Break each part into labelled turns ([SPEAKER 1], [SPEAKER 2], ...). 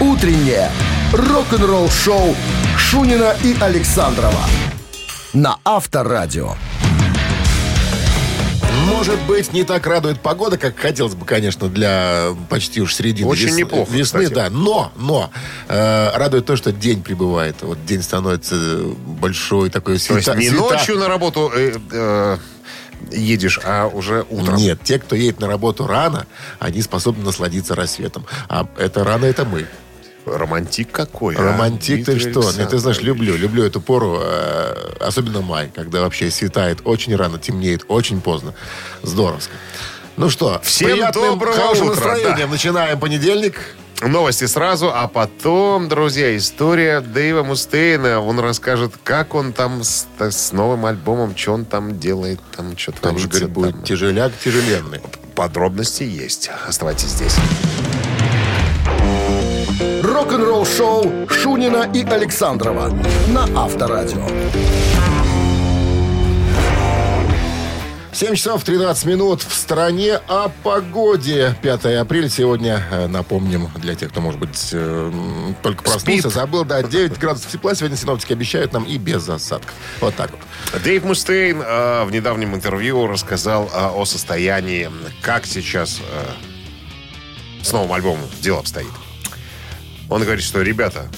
[SPEAKER 1] утреннее рок-н-ролл-шоу Шунина и Александрова на Авторадио.
[SPEAKER 2] Может быть, не так радует погода, как хотелось бы, конечно, для почти уж середины
[SPEAKER 3] Очень
[SPEAKER 2] вес-
[SPEAKER 3] неплохо,
[SPEAKER 2] весны,
[SPEAKER 3] кстати.
[SPEAKER 2] да. Но, но э, радует то, что день прибывает. Вот день становится большой такой
[SPEAKER 3] То есть
[SPEAKER 2] света-
[SPEAKER 3] не
[SPEAKER 2] света-
[SPEAKER 3] ночью на работу э, э, едешь, а уже утром.
[SPEAKER 2] Нет, те, кто едет на работу рано, они способны насладиться рассветом. А это рано это мы.
[SPEAKER 3] Романтик какой. а,
[SPEAKER 2] Романтик ты
[SPEAKER 3] Дмитрий
[SPEAKER 2] что? Ну, ты знаешь,
[SPEAKER 3] Александрович.
[SPEAKER 2] люблю, люблю эту пору, э, особенно май, когда вообще светает очень рано, темнеет очень поздно. Здоровско. Ну что,
[SPEAKER 3] Всем
[SPEAKER 2] приятным,
[SPEAKER 3] доброго
[SPEAKER 2] хорошим
[SPEAKER 3] утра,
[SPEAKER 2] настроением.
[SPEAKER 3] да.
[SPEAKER 2] Начинаем понедельник.
[SPEAKER 3] Новости сразу, а потом, друзья, история Дэйва Мустейна. Он расскажет, как он там с, с новым альбомом, что он там делает, там что
[SPEAKER 2] Там же, говорит, будет тяжеляк тяжеленный.
[SPEAKER 3] Подробности есть. Оставайтесь здесь.
[SPEAKER 1] Рок-н-ролл-шоу Шунина и Александрова на Авторадио.
[SPEAKER 2] 7 часов 13 минут в стране о погоде. 5 апреля сегодня, э, напомним, для тех, кто, может быть, э, м, только проснулся,
[SPEAKER 3] Спит.
[SPEAKER 2] забыл, да, 9 градусов тепла. Сегодня синоптики обещают нам и без осадков. Вот так вот.
[SPEAKER 3] Дэйв Мустейн э, в недавнем интервью рассказал э, о состоянии, как сейчас э, с новым альбомом дело обстоит. Он говорит, что, ребята,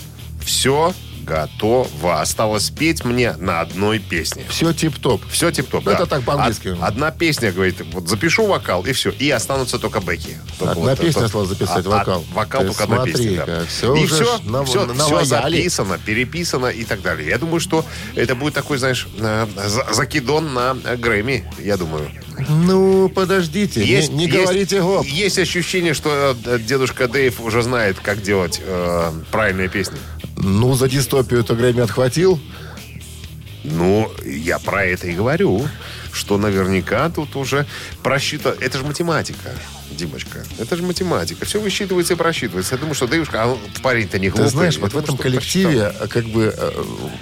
[SPEAKER 3] все готово. Осталось петь мне на одной песне.
[SPEAKER 2] Все тип-топ.
[SPEAKER 3] Все тип-топ,
[SPEAKER 2] Ну,
[SPEAKER 3] да.
[SPEAKER 2] это так, по-английски.
[SPEAKER 3] Од- одна песня, говорит, вот запишу вокал, и все. И останутся только бэки. Только
[SPEAKER 2] Одна песня осталась записать, вокал.
[SPEAKER 3] А, вокал
[SPEAKER 2] Ты
[SPEAKER 3] только одна песня, да.
[SPEAKER 2] смотри-ка, всё
[SPEAKER 3] и
[SPEAKER 2] уже
[SPEAKER 3] все,
[SPEAKER 2] ж нав-
[SPEAKER 3] все,
[SPEAKER 2] наваяли.
[SPEAKER 3] записано, переписано и так далее. Я думаю, что это будет такой, знаешь, э, за- закидон на э, Грэмми, я думаю.
[SPEAKER 2] Ну, подождите, не- не, говорите гоп.
[SPEAKER 3] Есть ощущение, что э, дедушка Дэйв уже знает, как делать э, правильные песни.
[SPEAKER 2] Ну, за дистопию-то Грэмми отхватил.
[SPEAKER 3] Ну, я про это и говорю, что наверняка тут уже просчитано. Это же математика, Димочка. Это же математика. Все высчитывается и просчитывается. Я думаю, что Дэвушка, а он- парень-то не
[SPEAKER 2] Ты
[SPEAKER 3] глупый.
[SPEAKER 2] знаешь,
[SPEAKER 3] Я
[SPEAKER 2] вот в
[SPEAKER 3] думаю,
[SPEAKER 2] этом
[SPEAKER 3] что
[SPEAKER 2] коллективе э, как бы э,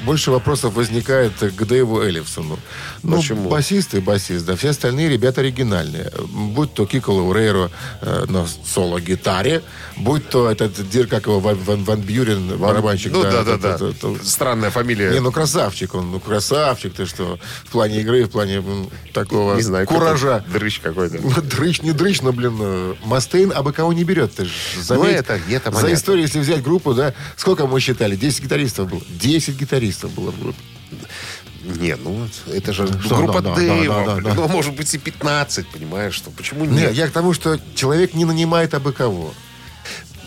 [SPEAKER 2] больше вопросов возникает к Дэйву Эллифсону. Ну,
[SPEAKER 3] Почему?
[SPEAKER 2] басист и басист, да. Все остальные ребята оригинальные. Будь то Кико Лаурейро э, на соло-гитаре, будь то этот дир, как его, Ван, Ван- Ван Бьюрен, барабанщик.
[SPEAKER 3] Ну да, да, э. да.
[SPEAKER 2] этот, этот, этот.
[SPEAKER 3] Странная фамилия.
[SPEAKER 2] Не, ну красавчик он, ну красавчик ты что. В плане игры, в плане м, такого
[SPEAKER 3] не знаю,
[SPEAKER 2] куража.
[SPEAKER 3] какой-то Дрыщ какой-то.
[SPEAKER 2] Ну, Дрыщ, не дрыщ, но, блин, э, Мастейн а бы кого не берет, ты же заметь.
[SPEAKER 3] Ну, это- это
[SPEAKER 2] За
[SPEAKER 3] понятно.
[SPEAKER 2] историю, если взять группу, да, сколько мы считали? 10 гитаристов было. 10 гитаристов было в группе.
[SPEAKER 3] Не, ну это же
[SPEAKER 2] Что,
[SPEAKER 3] группа
[SPEAKER 2] да, да,
[SPEAKER 3] Дэйва.
[SPEAKER 2] да, да, да.
[SPEAKER 3] Ну, может быть, и 15, понимаешь, что почему
[SPEAKER 2] Не,
[SPEAKER 3] нет?
[SPEAKER 2] я к тому, что человек не нанимает абы кого.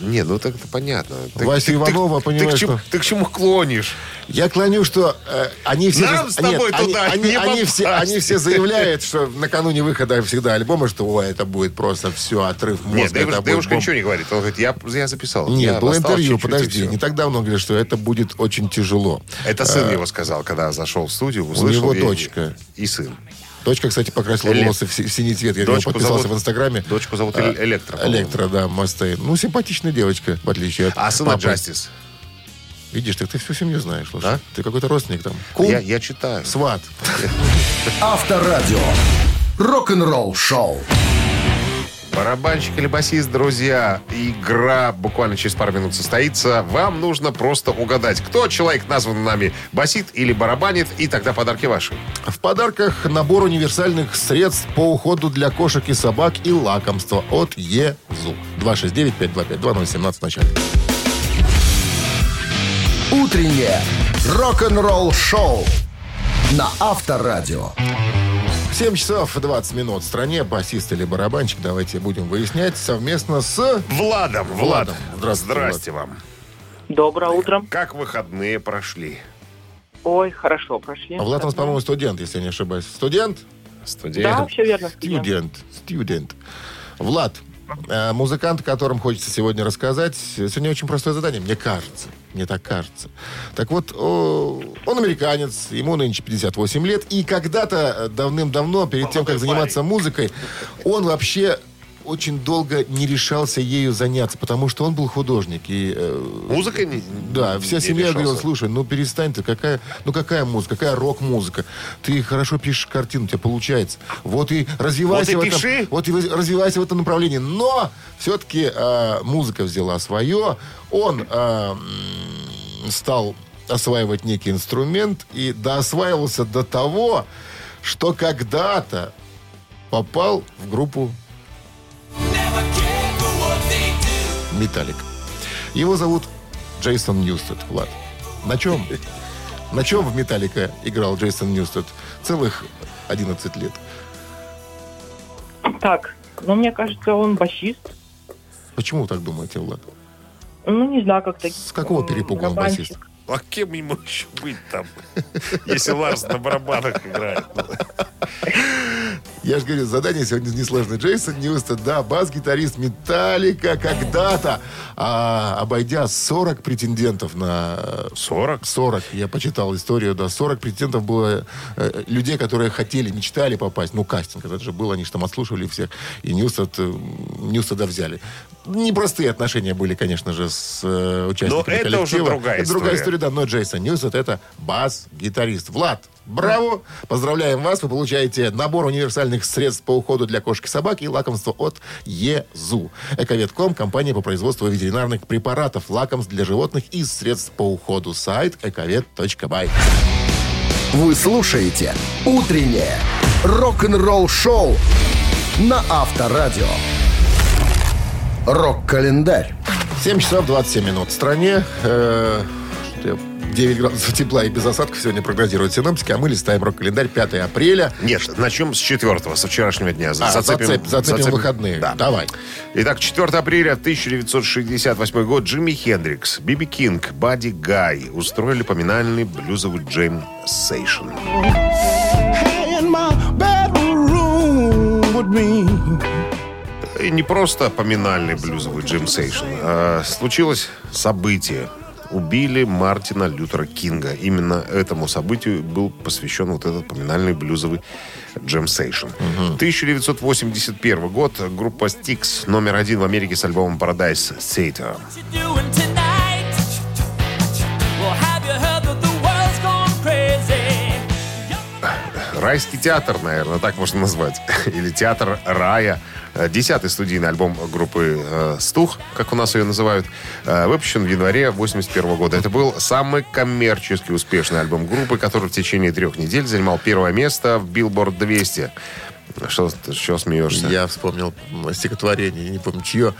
[SPEAKER 3] Не, ну так это понятно. Ты-
[SPEAKER 2] Вася
[SPEAKER 3] ты- ты-
[SPEAKER 2] Иванова,
[SPEAKER 3] ты к
[SPEAKER 2] понимаешь,
[SPEAKER 3] чему-
[SPEAKER 2] что-
[SPEAKER 3] Ты к чему клонишь?
[SPEAKER 2] Я клоню, что э, они все...
[SPEAKER 3] Нам с тобой
[SPEAKER 2] они-
[SPEAKER 3] туда
[SPEAKER 2] они,
[SPEAKER 3] не
[SPEAKER 2] они все,
[SPEAKER 3] попасть.
[SPEAKER 2] они все заявляют, что накануне выхода всегда альбома, что ой, это будет просто все, отрыв мозга.
[SPEAKER 3] Нет,
[SPEAKER 2] это
[SPEAKER 3] девушка,
[SPEAKER 2] будет
[SPEAKER 3] девушка
[SPEAKER 2] бомба.
[SPEAKER 3] ничего не говорит. Он говорит, я, я записал.
[SPEAKER 2] Нет,
[SPEAKER 3] я
[SPEAKER 2] было
[SPEAKER 3] достал
[SPEAKER 2] интервью,
[SPEAKER 3] чуть-чуть, и
[SPEAKER 2] подожди.
[SPEAKER 3] всё».
[SPEAKER 2] Не так давно говорили, что это будет очень тяжело.
[SPEAKER 3] Это сын его сказал, когда зашел в студию, услышал.
[SPEAKER 2] него
[SPEAKER 3] и-
[SPEAKER 2] дочка.
[SPEAKER 3] И сын.
[SPEAKER 2] Дочка, кстати, покрасила
[SPEAKER 3] Эле-
[SPEAKER 2] волосы в, си- в синий цвет. Я
[SPEAKER 3] Дочку
[SPEAKER 2] подписался в
[SPEAKER 3] зовут-
[SPEAKER 2] Инстаграме.
[SPEAKER 3] дочку зовут
[SPEAKER 2] А,
[SPEAKER 3] Эль- Электра, по-моему.
[SPEAKER 2] Электра, да, Мастейн. Ну, симпатичная девочка, в отличие от
[SPEAKER 3] А сына
[SPEAKER 2] папы.
[SPEAKER 3] Джастис.
[SPEAKER 2] Видишь, ты, ты всю семью знаешь, слушай.
[SPEAKER 3] Да?
[SPEAKER 2] Ты какой-то родственник там. Кум,
[SPEAKER 3] Я, я читаю.
[SPEAKER 2] сват.
[SPEAKER 1] Авторадио. Рок-н-ролл-шоу.
[SPEAKER 3] Барабанщик или басист, друзья, игра буквально через пару минут состоится. Вам нужно просто угадать, кто человек назван нами, басит или барабанит, и тогда подарки ваши.
[SPEAKER 2] В подарках набор универсальных средств по уходу для кошек и собак и лакомства от ЕЗУ. 269-525-2017 в начале.
[SPEAKER 1] Утреннее рок-н-ролл-шоу на Авторадио.
[SPEAKER 2] 7 часов 20 минут в стране. Басист или барабанщик, давайте будем выяснять совместно с...
[SPEAKER 3] Владом, Влад.
[SPEAKER 2] Владом. Здравствуйте, Влад.
[SPEAKER 3] Здрасте вам.
[SPEAKER 4] Доброе утро.
[SPEAKER 3] Как выходные прошли?
[SPEAKER 4] Ой, хорошо, прошли.
[SPEAKER 2] А Влад у нас, по-моему, студент, если я не ошибаюсь. Студент?
[SPEAKER 4] Да,
[SPEAKER 3] Студент.
[SPEAKER 4] все верно.
[SPEAKER 2] Студент, студент. Влад, э, музыкант, о котором хочется сегодня рассказать. Сегодня очень простое задание, мне кажется. Мне так кажется. Так вот, о, он американец, ему нынче 58 лет. И когда-то э, давным-давно, перед тем, как заниматься музыкой, он вообще очень долго не решался ею заняться, потому что он был художник. И, э,
[SPEAKER 3] Музыка не-
[SPEAKER 2] да,
[SPEAKER 3] не
[SPEAKER 2] вся семья
[SPEAKER 3] решался.
[SPEAKER 2] говорила, слушай, ну перестань ты, какая, ну какая музыка, какая рок-музыка. Ты хорошо пишешь картину, у тебя получается. Вот и развивайся,
[SPEAKER 3] Вот
[SPEAKER 2] в,
[SPEAKER 3] и
[SPEAKER 2] этом,
[SPEAKER 3] пиши.
[SPEAKER 2] вот и воз- развивайся в этом направлении. Но все-таки музыка взяла свое. Он э, м, стал осваивать некий инструмент и доосваивался до того, что когда-то попал в группу Металлик. Его зовут Джейсон Ньюстед, Влад. На чем? На чем в Металлика играл Джейсон Ньюстед? Целых 11 лет.
[SPEAKER 4] Так, ну, мне кажется, он басист.
[SPEAKER 2] Почему вы так думаете, Влад?
[SPEAKER 4] Ну, не знаю, как-то...
[SPEAKER 2] С какого перепугу он басист?
[SPEAKER 3] А кем ему еще быть там, если Ларс на барабанах играет? Ну,
[SPEAKER 2] Я же говорю, задание сегодня несложное. Джейсон Ньюстед, да, бас-гитарист Металлика когда-то, а, обойдя 40 претендентов на
[SPEAKER 3] 40?
[SPEAKER 2] 40, я почитал историю, да, 40 претендентов было э, людей, которые хотели, мечтали попасть. Ну, кастинг это же был, они же там отслушивали всех, и Ньюстед, э, Ньюстеда взяли. Непростые отношения были, конечно же, с э, участниками
[SPEAKER 3] Но это
[SPEAKER 2] коллектива.
[SPEAKER 3] уже другая
[SPEAKER 2] Это другая
[SPEAKER 3] история.
[SPEAKER 2] история, да, но Джейсон Ньюстед это бас-гитарист. Влад, браво! Поздравляем вас, вы получаете набор универсальных средств по уходу для кошек и собак и лакомство от ЕЗУ. Эковетком – компания по производству ветеринарных препаратов, лакомств для животных и средств по уходу. Сайт эковет.бай.
[SPEAKER 1] Вы слушаете «Утреннее рок-н-ролл-шоу» на Авторадио. Рок-календарь.
[SPEAKER 2] 7 часов 27 минут в стране. Э, что- 9 градусов тепла и без осадков сегодня прогнозируют синоптики, а мы листаем рок-календарь 5 апреля.
[SPEAKER 3] Нет, начнем с четвертого, со вчерашнего дня.
[SPEAKER 2] А, зацеп- зацепим выходные.
[SPEAKER 3] Да.
[SPEAKER 2] Давай.
[SPEAKER 3] Итак, 4 апреля 1968 год Джимми Хендрикс, Биби Кинг, Бадди Гай устроили поминальный блюзовый джейм сейшн.
[SPEAKER 5] in my bedroom with me.
[SPEAKER 3] И не просто поминальный блюзовый джейм сейшн. а случилось событие. Убили Мартина Лютера Кинга. Именно этому событию был посвящен вот этот поминальный блюзовый джем сейшн. 1981 год. Группа Styx номер один в Америке с альбомом Paradise Theater.
[SPEAKER 6] What you doing tonight? Well, have you heard that the world's gone crazy?
[SPEAKER 3] Райский театр, наверное, так можно назвать. Или театр рая. Э, Десятый студийный альбом группы э, «Стух», как у нас ее называют, э, выпущен в январе 81 года. Это был самый коммерчески успешный альбом группы, который в течение трех недель занимал первое место в Billboard 200. Что, ты- что смеешься?
[SPEAKER 2] Я вспомнил м, стихотворение, не помню чье.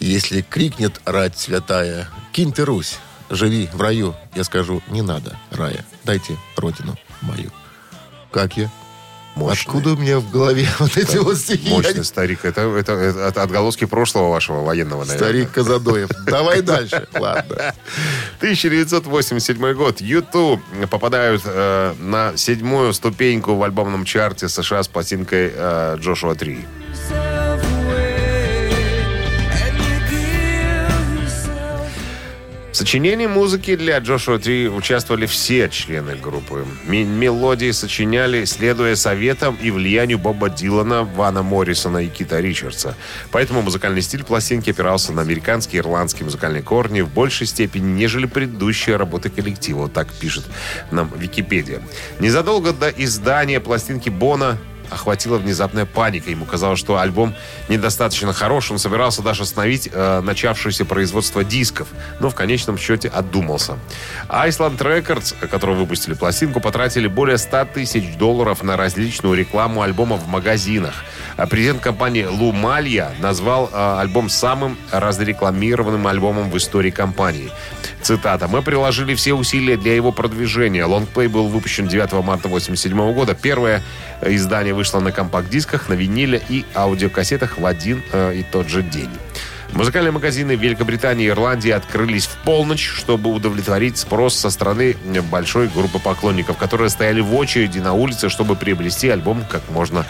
[SPEAKER 2] Если крикнет рать святая, кинь ты Русь, живи в раю, я скажу, не надо рая, дайте родину мою. Как я?
[SPEAKER 3] Мощный.
[SPEAKER 2] Откуда у меня в голове вот эти вот стихи? Я
[SPEAKER 3] Мощный
[SPEAKER 2] не-
[SPEAKER 3] старик. Это, это, это отголоски прошлого вашего военного, наверное.
[SPEAKER 2] Старик Казадоев. Давай дальше. Ладно.
[SPEAKER 3] 1987 год. Юту попадают э, на седьмую ступеньку в альбомном чарте США с пластинкой э, Джошуа 3.
[SPEAKER 6] Yourself away, and you give yourself
[SPEAKER 3] В сочинении музыки для Джошуа 3 участвовали все члены группы. Ме- мелодии сочиняли, следуя советам и влиянию Боба Дилана, Вана Моррисона и Кита Ричардса. Поэтому музыкальный стиль пластинки опирался на американские и ирландские музыкальные корни в большей степени, нежели предыдущие работы коллектива. Вот Так пишет нам Википедия. Незадолго до издания пластинки Бона охватила внезапная паника. Ему казалось, что альбом недостаточно хорош. Он собирался даже остановить э, начавшееся производство дисков, но в конечном счете отдумался. Iceland Records, которые выпустили пластинку, потратили более 100 тысяч долларов на различную рекламу альбома в магазинах. А Президент компании Лумалья назвал э, альбом самым разрекламированным альбомом в истории компании. Цитата. «Мы приложили все усилия для его продвижения. Лонгплей был выпущен 9 марта 1987 года. Первое издание вышло на компакт-дисках, на виниле и аудиокассетах в один э, и тот же день». Музыкальные магазины в Великобритании и Ирландии открылись в полночь, чтобы удовлетворить спрос со стороны большой группы поклонников, которые стояли в очереди на улице, чтобы приобрести альбом как можно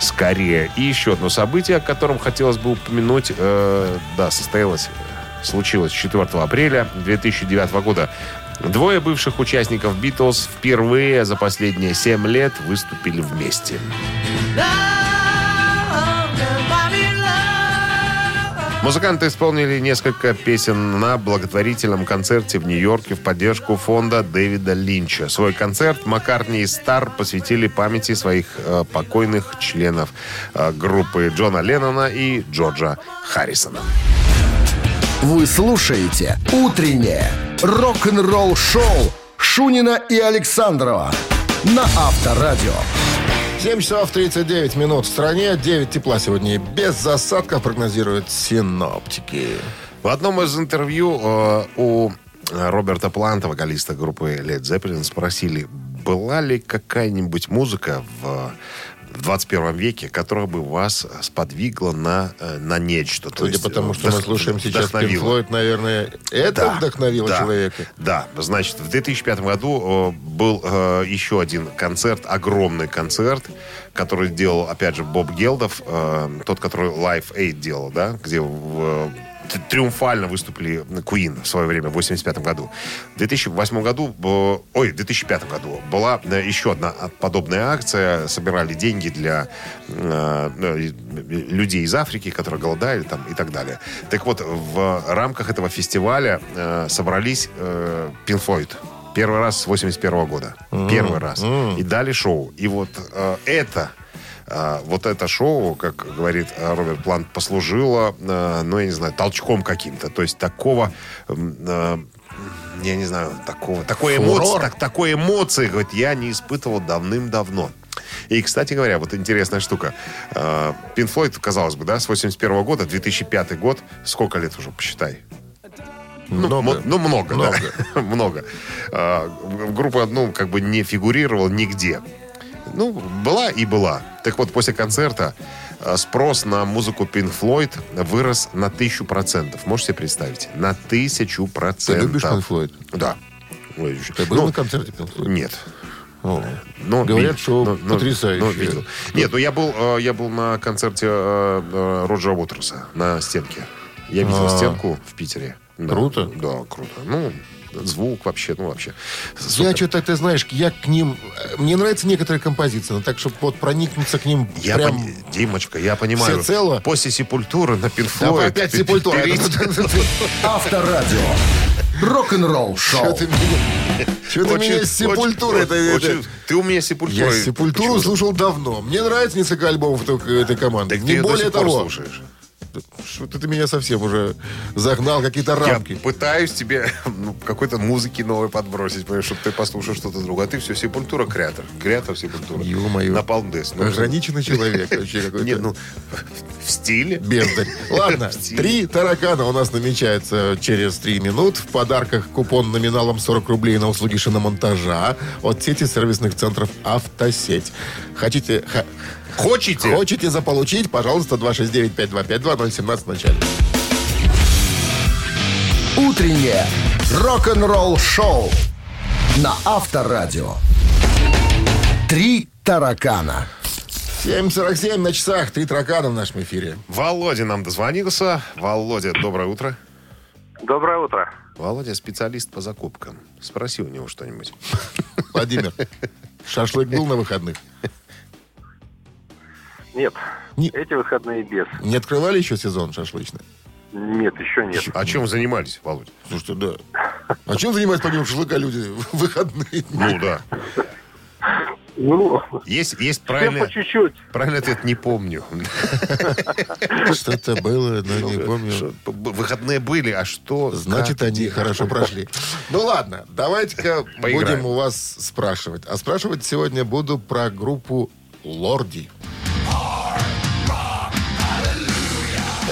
[SPEAKER 3] скорее. И еще одно событие, о котором хотелось бы упомянуть, э, да, состоялось, случилось 4 апреля 2009 года. Двое бывших участников «Битлз» впервые за последние 7 лет выступили вместе.
[SPEAKER 6] love, everybody love.
[SPEAKER 3] Музыканты исполнили несколько песен на благотворительном концерте в Нью-Йорке в поддержку фонда Дэвида Линча. Свой концерт Маккартни и Стар посвятили памяти своих э, покойных членов э, группы Джона Леннона и Джорджа Харрисона.
[SPEAKER 1] Вы слушаете «Утреннее рок-н-ролл-шоу» Шунина и Александрова на Авторадио.
[SPEAKER 2] 7 часов 39 минут в стране, 9 тепла сегодня и без засадков прогнозируют синоптики.
[SPEAKER 3] В одном из интервью э, у э, Роберта Планта, вокалиста группы Led Zeppelin, спросили, была ли какая-нибудь музыка в, в 21 веке, которая бы вас сподвигла на, э, на нечто. То
[SPEAKER 2] Судя
[SPEAKER 3] есть,
[SPEAKER 2] по тому,
[SPEAKER 3] э,
[SPEAKER 2] что мы
[SPEAKER 3] вдох-
[SPEAKER 2] слушаем сейчас Пинк
[SPEAKER 3] вдохновила.
[SPEAKER 2] Флойд, наверное, это
[SPEAKER 3] Да,
[SPEAKER 2] вдохновило
[SPEAKER 3] да,
[SPEAKER 2] человека.
[SPEAKER 3] Да, значит, в 2005 году э, был э, еще один концерт, огромный концерт, который делал, опять же, Боб Гелдов, э, тот, который Live Aid делал, да, где в, э, т- триумфально выступили Queen в свое время, в 85 году. В 2008 году, э, ой, в 2005 году была э, еще одна подобная акция, собирали деньги для э, э, людей из Африки, которые голодали там и так далее. Так вот, в рамках этого фестиваля э, собрались э, Pink Floyd. Первый раз с 81 года. Первый раз. И дали шоу. И вот э, это... э, Вот это шоу, как говорит э, Роберт Плант, послужило, э, ну, я не знаю, толчком каким-то. То есть такого, м, э, я не знаю, такого, такой
[SPEAKER 2] Фурор.
[SPEAKER 3] эмоции, так- такой эмоции, говорит, я не испытывал давным-давно. И, кстати говоря, вот интересная штука. Пин Флойд, казалось бы, да, с 81 года, 2005 год, сколько лет уже, посчитай? Ну,
[SPEAKER 2] Много.
[SPEAKER 3] м- ну, много,
[SPEAKER 2] Много.
[SPEAKER 3] да. много. А, г- группа, ну, как бы не фигурировала нигде. Ну, была и была. Так вот, после концерта а, спрос на музыку Pink Floyd вырос на тысячу процентов. Можете себе представить? На тысячу
[SPEAKER 2] Ты
[SPEAKER 3] процентов.
[SPEAKER 2] любишь Пинк Флойд?
[SPEAKER 3] Да. Ой, еще-
[SPEAKER 2] Ты был
[SPEAKER 3] Ну,
[SPEAKER 2] на концерте Пинк Флойд?
[SPEAKER 3] Нет. Ну,
[SPEAKER 2] О.
[SPEAKER 3] Но
[SPEAKER 2] Говорят,
[SPEAKER 3] видел.
[SPEAKER 2] что
[SPEAKER 3] Но- но-
[SPEAKER 2] потрясающе.
[SPEAKER 3] но видел. Нет, ну я был, э, я был на концерте э, э, Роджера Уотерса на стенке. Я видел
[SPEAKER 2] А.
[SPEAKER 3] стенку в Питере. Да.
[SPEAKER 2] Круто.
[SPEAKER 3] Да, круто. Ну, звук вообще, ну вообще.
[SPEAKER 2] Я
[SPEAKER 3] Супер.
[SPEAKER 2] что-то, ты знаешь, я к ним... э, Мне нравятся некоторые композиции, но так, чтобы вот проникнуться к ним
[SPEAKER 3] Я
[SPEAKER 2] прям...
[SPEAKER 3] пони- Димочка, я понимаю.
[SPEAKER 2] Всецело?
[SPEAKER 3] После сепультуры на Pink
[SPEAKER 2] Да,
[SPEAKER 3] Floyd
[SPEAKER 2] опять
[SPEAKER 3] ты-
[SPEAKER 2] сепультура.
[SPEAKER 3] ты-
[SPEAKER 1] Авторадио.
[SPEAKER 2] Чё
[SPEAKER 1] Рок-н-ролл-шоу.
[SPEAKER 2] ты меня- чё ты
[SPEAKER 3] Очень-
[SPEAKER 2] меня с сепультурой это-
[SPEAKER 3] очень-
[SPEAKER 2] это-
[SPEAKER 3] очень- Ты у меня сепультура.
[SPEAKER 2] Я сепультуру слушал давно. Мне нравится несколько альбомов только этой команды. Не более того.
[SPEAKER 3] слушаешь.
[SPEAKER 2] Что ты меня совсем уже загнал какие-то
[SPEAKER 3] Я
[SPEAKER 2] рамки.
[SPEAKER 3] пытаюсь тебе ну, какой-то музыки новой подбросить, понимаешь, чтобы ты послушал что-то другое. А ты все, сепультура креатор. Креатор сепультура.
[SPEAKER 2] Ё-моё.
[SPEAKER 3] Напалм Дэс. Ну,
[SPEAKER 2] Ограниченный человек вообще
[SPEAKER 3] Не,
[SPEAKER 2] какой-то.
[SPEAKER 3] ну, в стиле.
[SPEAKER 2] Бездарь. Ладно,
[SPEAKER 3] В стиле.
[SPEAKER 2] три таракана у нас намечается через три минут. В подарках купон номиналом 40 рублей на услуги шиномонтажа от сети сервисных центров «Автосеть». Хотите, ха-
[SPEAKER 3] Хочете?
[SPEAKER 2] хотите заполучить, пожалуйста, 269-5252-017 в начале.
[SPEAKER 1] Утреннее рок-н-ролл-шоу на Авторадио. Три таракана.
[SPEAKER 2] 7.47 на часах, три таракана в нашем эфире.
[SPEAKER 3] Володя нам дозвонился. Володя, доброе утро.
[SPEAKER 7] Доброе утро.
[SPEAKER 3] Володя специалист по закупкам. Спроси у него что-нибудь.
[SPEAKER 2] Владимир, шашлык был на выходных?
[SPEAKER 7] Нет,
[SPEAKER 2] Не-
[SPEAKER 7] эти выходные без.
[SPEAKER 2] Не открывали еще сезон шашлычный?
[SPEAKER 7] Нет, еще нет.
[SPEAKER 3] А чем занимались, Володя?
[SPEAKER 2] Слушайте, да. А чем занимаются помимо шашлыка люди в выходные?
[SPEAKER 3] Ну да.
[SPEAKER 7] Ну,
[SPEAKER 3] Есть, есть
[SPEAKER 7] всем
[SPEAKER 3] правильный,
[SPEAKER 7] по чуть-чуть.
[SPEAKER 3] правильный ответ, не помню.
[SPEAKER 2] Что-то было, но не помню.
[SPEAKER 3] Что, б- Выходные были, а что?
[SPEAKER 2] Значит,
[SPEAKER 3] как,
[SPEAKER 2] они
[SPEAKER 3] где?
[SPEAKER 2] хорошо прошли. Ну ладно, давайте-ка
[SPEAKER 3] Поиграем.
[SPEAKER 2] будем у вас спрашивать. А спрашивать сегодня буду про группу Лорди.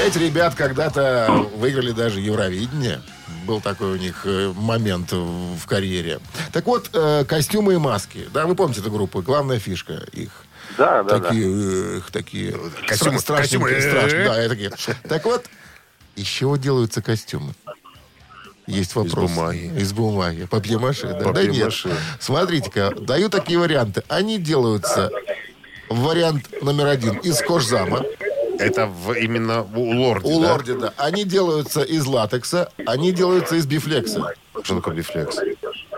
[SPEAKER 2] Эти ребят когда-то выиграли даже Евровидение. Был такой у них э, момент в в карьере. Так вот, э, костюмы и маски. Да, вы помните эту группу. Главная фишка их.
[SPEAKER 7] Да, да, да.
[SPEAKER 2] такие, эх, такие
[SPEAKER 3] Ну, Костюмы,
[SPEAKER 2] костюмы, страшненькие,
[SPEAKER 3] костюмы, э,
[SPEAKER 2] страшные,
[SPEAKER 3] э-э.
[SPEAKER 2] да, я такие. Так вот, из чего делаются костюмы? Есть вопрос.
[SPEAKER 3] бумаги.
[SPEAKER 2] Из бумаги. Папье-маше? Да, да нет.
[SPEAKER 3] Папье-маше.
[SPEAKER 2] Смотрите-ка, даю такие варианты. Они делаются... Вариант номер один из кожзама.
[SPEAKER 3] Это в- именно у Лорди,
[SPEAKER 2] У
[SPEAKER 3] да?
[SPEAKER 2] лорди, да. Они делаются из латекса, они делаются из бифлекса.
[SPEAKER 3] Что такое бифлекс?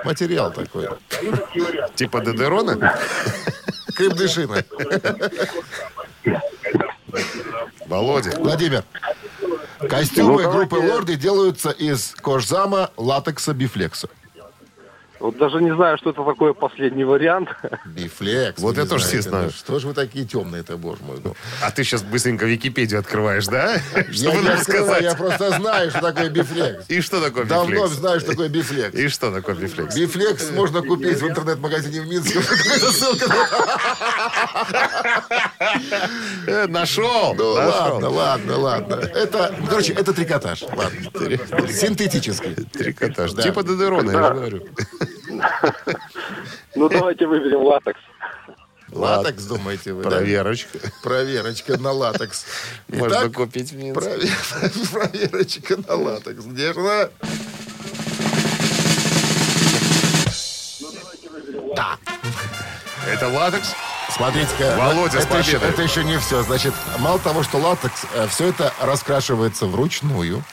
[SPEAKER 2] Материал такой.
[SPEAKER 3] Типа Дедерона?
[SPEAKER 2] Крепдышина.
[SPEAKER 3] Володя.
[SPEAKER 2] Владимир, Костюмы
[SPEAKER 7] Ну,
[SPEAKER 2] группы
[SPEAKER 7] давайте.
[SPEAKER 2] Лорды делаются из кожзама, латекса, бифлекса.
[SPEAKER 7] Вот даже не знаю, что это такое последний вариант.
[SPEAKER 2] Бифлекс.
[SPEAKER 3] Вот
[SPEAKER 2] вы не
[SPEAKER 3] это уж все
[SPEAKER 2] знаете,
[SPEAKER 3] знают.
[SPEAKER 2] ну Что же вы такие темные это, боже мой. ну.
[SPEAKER 3] А ты сейчас быстренько Википедию открываешь, да?
[SPEAKER 2] Я
[SPEAKER 3] Чтобы
[SPEAKER 2] не
[SPEAKER 3] нам
[SPEAKER 2] открываю, Я
[SPEAKER 3] сказать.
[SPEAKER 2] просто знаю, что такое бифлекс.
[SPEAKER 3] И что такое
[SPEAKER 2] Давно
[SPEAKER 3] бифлекс?
[SPEAKER 2] знаю, что такое бифлекс.
[SPEAKER 3] И что такое бифлекс?
[SPEAKER 2] Бифлекс можно купить в интернет-магазине в Минске. Ссылка на-
[SPEAKER 3] Э, Нашел!
[SPEAKER 2] Ну,
[SPEAKER 3] нашел.
[SPEAKER 2] ладно, ладно, ладно. Это, ну, короче, это трикотаж. Ладно. Синтетический.
[SPEAKER 3] Трикотаж.
[SPEAKER 2] Да.
[SPEAKER 3] Типа Додерона, я
[SPEAKER 7] Да.
[SPEAKER 3] же говорю.
[SPEAKER 7] Ну, давайте выберем латекс.
[SPEAKER 2] Латекс, думаете вы, да?
[SPEAKER 3] Проверочка.
[SPEAKER 2] Проверочка на латекс.
[SPEAKER 3] Можно
[SPEAKER 2] Итак,
[SPEAKER 3] купить в Минске.
[SPEAKER 2] провер- Проверочка на латекс. Где же она?
[SPEAKER 3] Это латекс?
[SPEAKER 2] Смотрите-ка.
[SPEAKER 3] Володя, с
[SPEAKER 2] это, еще,
[SPEAKER 3] победой.
[SPEAKER 2] это еще не все. Значит, мало того, что латекс, все это раскрашивается вручную.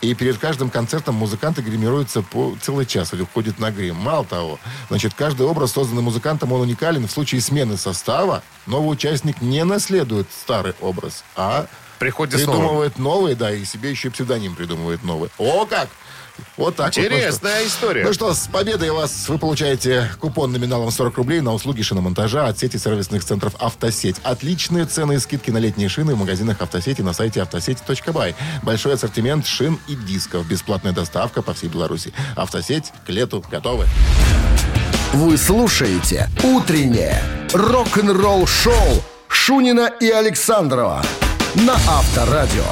[SPEAKER 2] И перед каждым концертом музыканты гримируются по целый час или уходят на грим. Мало того, значит, каждый образ, созданный музыкантом, он уникален. В случае смены состава новый участник не наследует старый образ, а
[SPEAKER 3] Приходит снова.
[SPEAKER 2] придумывает новый, да, и себе еще и псевдоним придумывает новый. О, как! Вот так вот. Ну что-
[SPEAKER 3] Интересная история.
[SPEAKER 2] ну что, с победой вас! Вы получаете купон номиналом 40 рублей на услуги шиномонтажа от сети сервисных центров «Автосеть». Отличные цены и скидки на летние шины в магазинах «Автосети» на сайте автосеть.бай. Большой ассортимент шин и дисков. Бесплатная доставка по всей Беларуси. «Автосеть» к лету готовы.
[SPEAKER 1] Вы слушаете «Утреннее рок-н-ролл-шоу» Шунина и Александрова на Авторадио.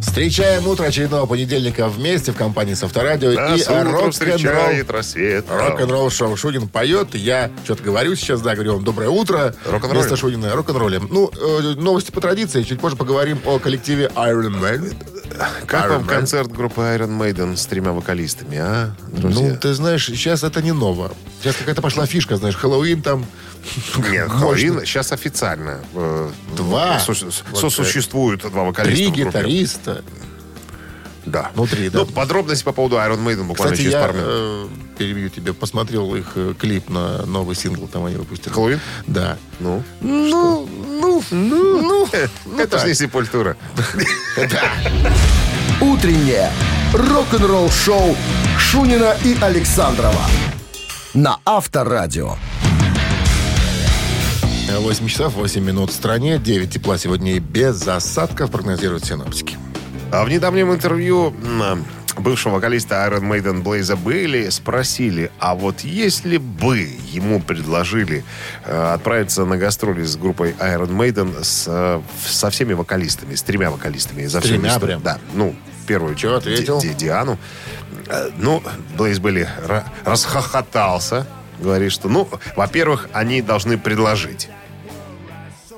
[SPEAKER 2] Встречаем утро очередного понедельника вместе в компании с «Авторадио» и
[SPEAKER 3] Нас утром
[SPEAKER 2] рок-н-ролл.
[SPEAKER 3] встречает рассвет.
[SPEAKER 2] Рок-н-ролл шоу. Шунин поет, я что-то говорю сейчас, да, говорю вам доброе утро.
[SPEAKER 3] Рок-н-ролле.
[SPEAKER 2] Вместо Шунина рок-н-ролле. Ну, э, новости по традиции, чуть позже поговорим о коллективе Iron Man.
[SPEAKER 3] Как
[SPEAKER 2] Iron
[SPEAKER 3] вам
[SPEAKER 2] Man.
[SPEAKER 3] концерт группы Iron Maiden с тремя вокалистами, а, друзья?
[SPEAKER 2] Ну, ты знаешь, сейчас это не ново. Сейчас какая-то пошла фишка, знаешь, Хэллоуин там. Можно.
[SPEAKER 3] Нет, Хэллоуин сейчас официально. э,
[SPEAKER 2] Два. э,
[SPEAKER 3] сос- Сосуществуют два вокалиста.
[SPEAKER 2] Три
[SPEAKER 3] в группе.
[SPEAKER 2] гитариста.
[SPEAKER 3] Да.
[SPEAKER 2] Ну, три, да.
[SPEAKER 3] Ну, подробности по поводу Iron Maiden буквально
[SPEAKER 2] Кстати,
[SPEAKER 3] через
[SPEAKER 2] я
[SPEAKER 3] пару минут.
[SPEAKER 2] э, перебью тебя, посмотрел их э, клип на новый сингл, там они выпустили.
[SPEAKER 3] Хэллоуин?
[SPEAKER 2] Да.
[SPEAKER 3] Ну,
[SPEAKER 2] Ну, ну, ну, ну.
[SPEAKER 3] это же
[SPEAKER 2] так.
[SPEAKER 3] не сепультура.
[SPEAKER 1] Утреннее рок-н-ролл-шоу Шунина и Александрова на Авторадио.
[SPEAKER 2] 8 часов 8 минут в стране, 9 тепла сегодня и без осадков прогнозируют синоптики.
[SPEAKER 3] А в недавнем интервью м, бывшего вокалиста Iron Maiden Блейза Бейли спросили, а вот если бы ему предложили э, отправиться на гастроли с группой Iron Maiden с, э, в- со всеми вокалистами, с тремя вокалистами. За всеми,
[SPEAKER 2] тремя
[SPEAKER 3] что-
[SPEAKER 2] прям?
[SPEAKER 3] Да, ну, первую
[SPEAKER 2] Чё ответил?
[SPEAKER 3] Ди- Ди- Диану. Э, Ну, Блейз Бейли ра- расхохотался, говорит, что, ну, во-первых, они должны предложить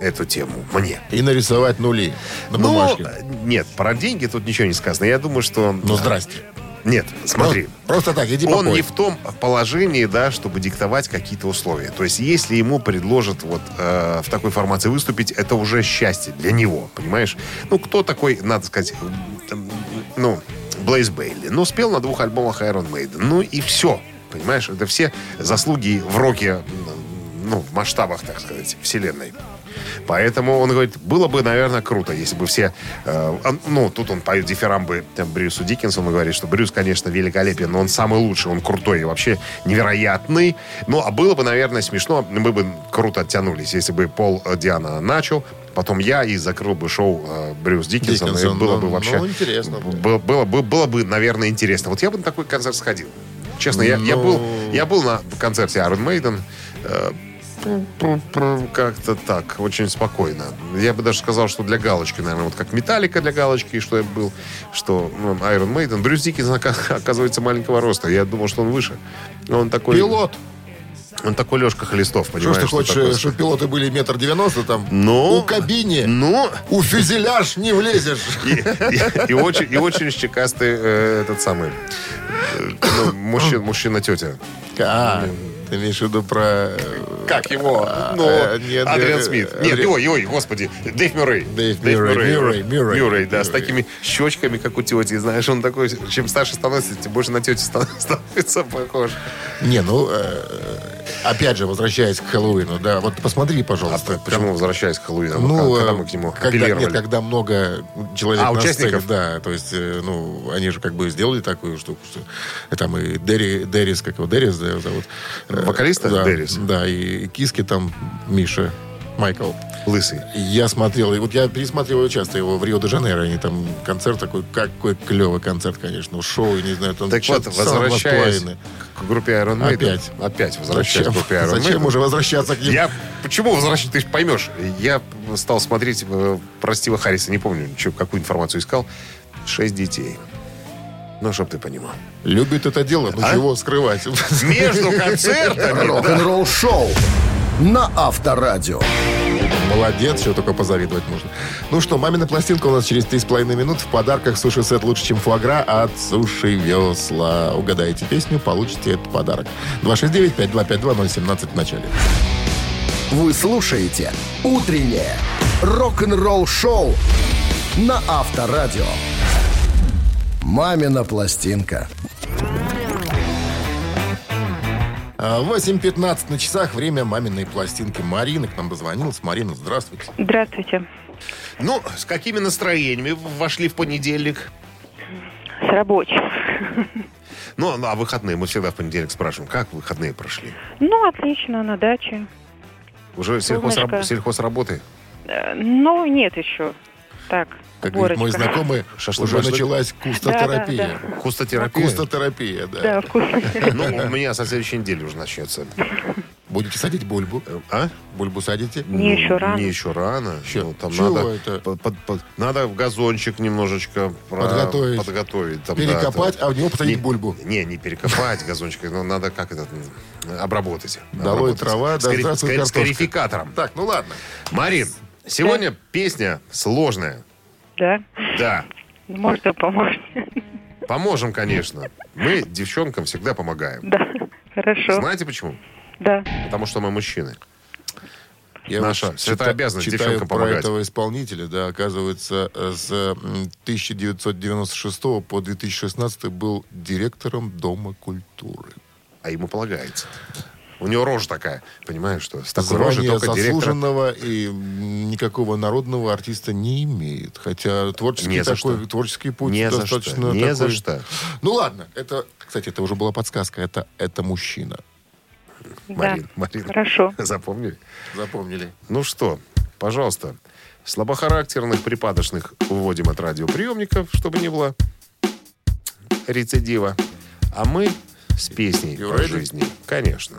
[SPEAKER 3] эту тему мне.
[SPEAKER 2] И нарисовать нули на
[SPEAKER 3] Ну,
[SPEAKER 2] бумажке.
[SPEAKER 3] нет, про деньги тут ничего не сказано. Я думаю, что... он-
[SPEAKER 2] Ну, здрасте.
[SPEAKER 3] Нет, смотри.
[SPEAKER 2] Ну, Просто так, иди
[SPEAKER 3] Он
[SPEAKER 2] попой.
[SPEAKER 3] не в том положении, да, чтобы диктовать какие-то условия. То есть, если ему предложат вот э, в такой формации выступить, это уже счастье для него, понимаешь? Ну, кто такой, надо сказать, там, ну, Блейз Бейли? Ну, спел на двух альбомах Iron Maiden. Ну и все, понимаешь? Это все заслуги в роке, м, ну, в масштабах, так сказать, вселенной. Поэтому он говорит, было бы, наверное, круто, если бы все... э, он- ну, тут он поет дифирамбы там, Брюсу Диккенсону, говорит, что Брюс, конечно, великолепен, но он самый лучший, он крутой и вообще невероятный. Ну, а было бы, наверное, смешно, мы бы круто оттянулись, если бы Пол э, Диана начал, потом я и закрыл бы шоу э, Брюс Диккенсон,
[SPEAKER 2] Диккенсон,
[SPEAKER 3] и было
[SPEAKER 2] ну,
[SPEAKER 3] бы вообще...
[SPEAKER 2] ну, интересно было.
[SPEAKER 3] Было, было бы, было бы, наверное, интересно. Вот я бы на такой концерт сходил. Честно, я,
[SPEAKER 2] Ну.
[SPEAKER 3] я, был, я был на концерте Iron Maiden. э, Пру-пру, Как-то так, очень спокойно. Я бы даже сказал, что для галочки, наверное, вот как Металлика для галочки, что я был, что ну, Iron Maiden. Брюс Диккенс, ока- оказывается, маленького роста. Я думал, что он выше. Но он такой...
[SPEAKER 2] Пилот.
[SPEAKER 3] Он такой Лешка Хлестов,
[SPEAKER 2] Что
[SPEAKER 3] понимаешь?
[SPEAKER 2] ж ты
[SPEAKER 3] что
[SPEAKER 2] хочешь,
[SPEAKER 3] такое?
[SPEAKER 2] э, чтобы пилоты были метр девяносто там?
[SPEAKER 3] Ну?
[SPEAKER 2] У кабине,
[SPEAKER 3] Ну,
[SPEAKER 2] у фюзеляж не влезешь.
[SPEAKER 3] и, и- и очень, и очень щекастый э, этот самый... э, ну, мужчин- Мужчина-тетя.
[SPEAKER 2] А, ты имеешь в виду про... э,
[SPEAKER 3] Как его?
[SPEAKER 2] А,
[SPEAKER 3] Ну,
[SPEAKER 2] э, нет,
[SPEAKER 3] Адриан
[SPEAKER 2] э,
[SPEAKER 3] Смит.
[SPEAKER 2] э,
[SPEAKER 3] Нет,
[SPEAKER 2] Адри-
[SPEAKER 3] его, его, господи. Дэйв Мюррей.
[SPEAKER 2] Дэйв Мюррей, Мюррей, Мюррей.
[SPEAKER 3] Мюррей, да, с
[SPEAKER 2] Мюррей.
[SPEAKER 3] такими щечками, как у тети. Знаешь, он такой, чем старше становится, тем больше на тетю становится похож.
[SPEAKER 2] Не, ну, э, Опять же, возвращаясь к Хэллоуину, да, вот посмотри,
[SPEAKER 3] А
[SPEAKER 2] пожалуйста.
[SPEAKER 3] почему возвращаясь к Хэллоуину?
[SPEAKER 2] Ну,
[SPEAKER 3] Ну, когда
[SPEAKER 2] э,
[SPEAKER 3] мы к нему
[SPEAKER 2] когда-
[SPEAKER 3] апеллировали.
[SPEAKER 2] нет, когда много человек
[SPEAKER 3] А,
[SPEAKER 2] на сцене,
[SPEAKER 3] участников?
[SPEAKER 2] да, то есть, э, ну, они же как бы сделали такую штуку, что э, там и Дерри, Деррис, как его, Деррис да, зовут. Э,
[SPEAKER 3] Вокалиста
[SPEAKER 2] да,
[SPEAKER 3] Деррис?
[SPEAKER 2] Да, и Киски там Миша, Майкл.
[SPEAKER 3] Лысый.
[SPEAKER 2] Я смотрел, и вот я пересматриваю часто его в Рио-де-Жанейро, они там концерт такой, какой клевый концерт, конечно, ну, шоу, не знаю, там
[SPEAKER 3] Так вот,
[SPEAKER 2] чат самого
[SPEAKER 3] возвращаясь
[SPEAKER 2] половины.
[SPEAKER 3] к группе Iron Maiden.
[SPEAKER 2] Опять.
[SPEAKER 3] Опять возвращаясь
[SPEAKER 2] Зачем,
[SPEAKER 3] к группе Iron
[SPEAKER 2] зачем
[SPEAKER 3] Maiden.
[SPEAKER 2] уже возвращаться к ним?
[SPEAKER 3] Я почему возвращаюсь, ты же поймешь. Я стал смотреть э, про Стива Харриса, не помню, чё- какую информацию искал. Шесть детей. Ну, чтоб ты понимал.
[SPEAKER 2] Любит это дело, ну
[SPEAKER 3] А?
[SPEAKER 2] чего скрывать.
[SPEAKER 3] Между концертами. да.
[SPEAKER 1] Рок-н-ролл-шоу на Авторадио.
[SPEAKER 2] Молодец, что только позавидовать можно. Ну что, мамина пластинка у нас через 3,5 минут. В подарках суши-сет лучше, чем фуагра от Суши Весла. Угадаете песню, получите этот подарок. 269-5252-017 в начале.
[SPEAKER 1] Вы слушаете «Утреннее рок-н-ролл-шоу» на Авторадио. «Мамина пластинка».
[SPEAKER 2] А, 8.15 на часах. Время маминой пластинки. Марина к нам дозвонилась. Марина, здравствуйте.
[SPEAKER 8] Здравствуйте.
[SPEAKER 3] Ну, с какими настроениями вы вошли в понедельник?
[SPEAKER 8] С рабочих.
[SPEAKER 3] Ну, ну, а выходные? Мы всегда в понедельник спрашиваем, как выходные прошли?
[SPEAKER 8] Ну, отлично, на даче.
[SPEAKER 3] Уже сельхоз,
[SPEAKER 8] Солнышко.
[SPEAKER 3] сельхозработы?
[SPEAKER 8] Э, Ну, нет еще. Так,
[SPEAKER 2] Как говорит
[SPEAKER 8] уборочка.
[SPEAKER 2] мой знакомый,
[SPEAKER 3] Шашлык,
[SPEAKER 2] уже
[SPEAKER 3] шашлык.
[SPEAKER 2] началась кустотерапия.
[SPEAKER 3] Кустотерапия?
[SPEAKER 2] Кустотерапия, да.
[SPEAKER 8] Да, вкусно.
[SPEAKER 3] Ну, у меня со следующей недели уже начнется.
[SPEAKER 2] Будете садить бульбу?
[SPEAKER 3] А?
[SPEAKER 2] Бульбу садите?
[SPEAKER 8] Не
[SPEAKER 3] Ну,
[SPEAKER 8] еще рано.
[SPEAKER 3] Не еще рано.
[SPEAKER 2] Чё-
[SPEAKER 3] Ну, там
[SPEAKER 2] чего
[SPEAKER 3] надо,
[SPEAKER 2] это?
[SPEAKER 3] под- под- под- надо в газончик немножечко про-
[SPEAKER 2] Подготовить.
[SPEAKER 3] подготовить там,
[SPEAKER 2] Перекопать,
[SPEAKER 3] да,
[SPEAKER 2] а в него посадить
[SPEAKER 3] Не-
[SPEAKER 2] бульбу.
[SPEAKER 3] Не, не перекопать газончик, но надо как это м, обработать.
[SPEAKER 2] Долой
[SPEAKER 3] Обработать.
[SPEAKER 2] трава, да
[SPEAKER 3] Скари-
[SPEAKER 2] здравствует
[SPEAKER 3] скари-
[SPEAKER 2] картошка.
[SPEAKER 3] скарификатором.
[SPEAKER 2] Так, ну ладно.
[SPEAKER 3] Марин, сегодня песня сложная.
[SPEAKER 8] Да,
[SPEAKER 3] Да.
[SPEAKER 8] Ну, может, вы поможете.
[SPEAKER 3] Поможем, конечно. Мы девчонкам всегда помогаем.
[SPEAKER 8] Да, хорошо.
[SPEAKER 3] Знаете почему?
[SPEAKER 8] Да.
[SPEAKER 3] Потому что мы мужчины.
[SPEAKER 2] Я
[SPEAKER 3] Наша
[SPEAKER 2] вот
[SPEAKER 3] святая
[SPEAKER 2] чита-
[SPEAKER 3] обязанность
[SPEAKER 2] читаю
[SPEAKER 3] девчонкам
[SPEAKER 2] про
[SPEAKER 3] помогать.
[SPEAKER 2] этого исполнителя, да, оказывается, э, с э, м, 1996 по 2016 был директором Дома культуры.
[SPEAKER 3] А ему полагается. У него рожа такая. Понимаешь, что с такой рожей
[SPEAKER 2] Звания
[SPEAKER 3] только директор...
[SPEAKER 2] заслуженного и м, никакого народного артиста не имеет. Хотя творческий
[SPEAKER 3] Не за
[SPEAKER 2] такой,
[SPEAKER 3] что.
[SPEAKER 2] творческий путь
[SPEAKER 3] Не за
[SPEAKER 2] достаточно
[SPEAKER 3] что. Не за
[SPEAKER 2] такой-
[SPEAKER 3] что.
[SPEAKER 2] Ну ладно, это, кстати, это уже была подсказка. Это, это мужчина.
[SPEAKER 3] Марин,
[SPEAKER 8] да.
[SPEAKER 3] Марин.
[SPEAKER 8] Хорошо.
[SPEAKER 3] Запомнили?
[SPEAKER 2] Запомнили.
[SPEAKER 3] Ну что, пожалуйста, слабохарактерных, припадочных уводим от радиоприемников, чтобы не было рецидива. А мы с песней
[SPEAKER 2] You
[SPEAKER 3] по
[SPEAKER 2] ready?
[SPEAKER 3] жизни. Конечно.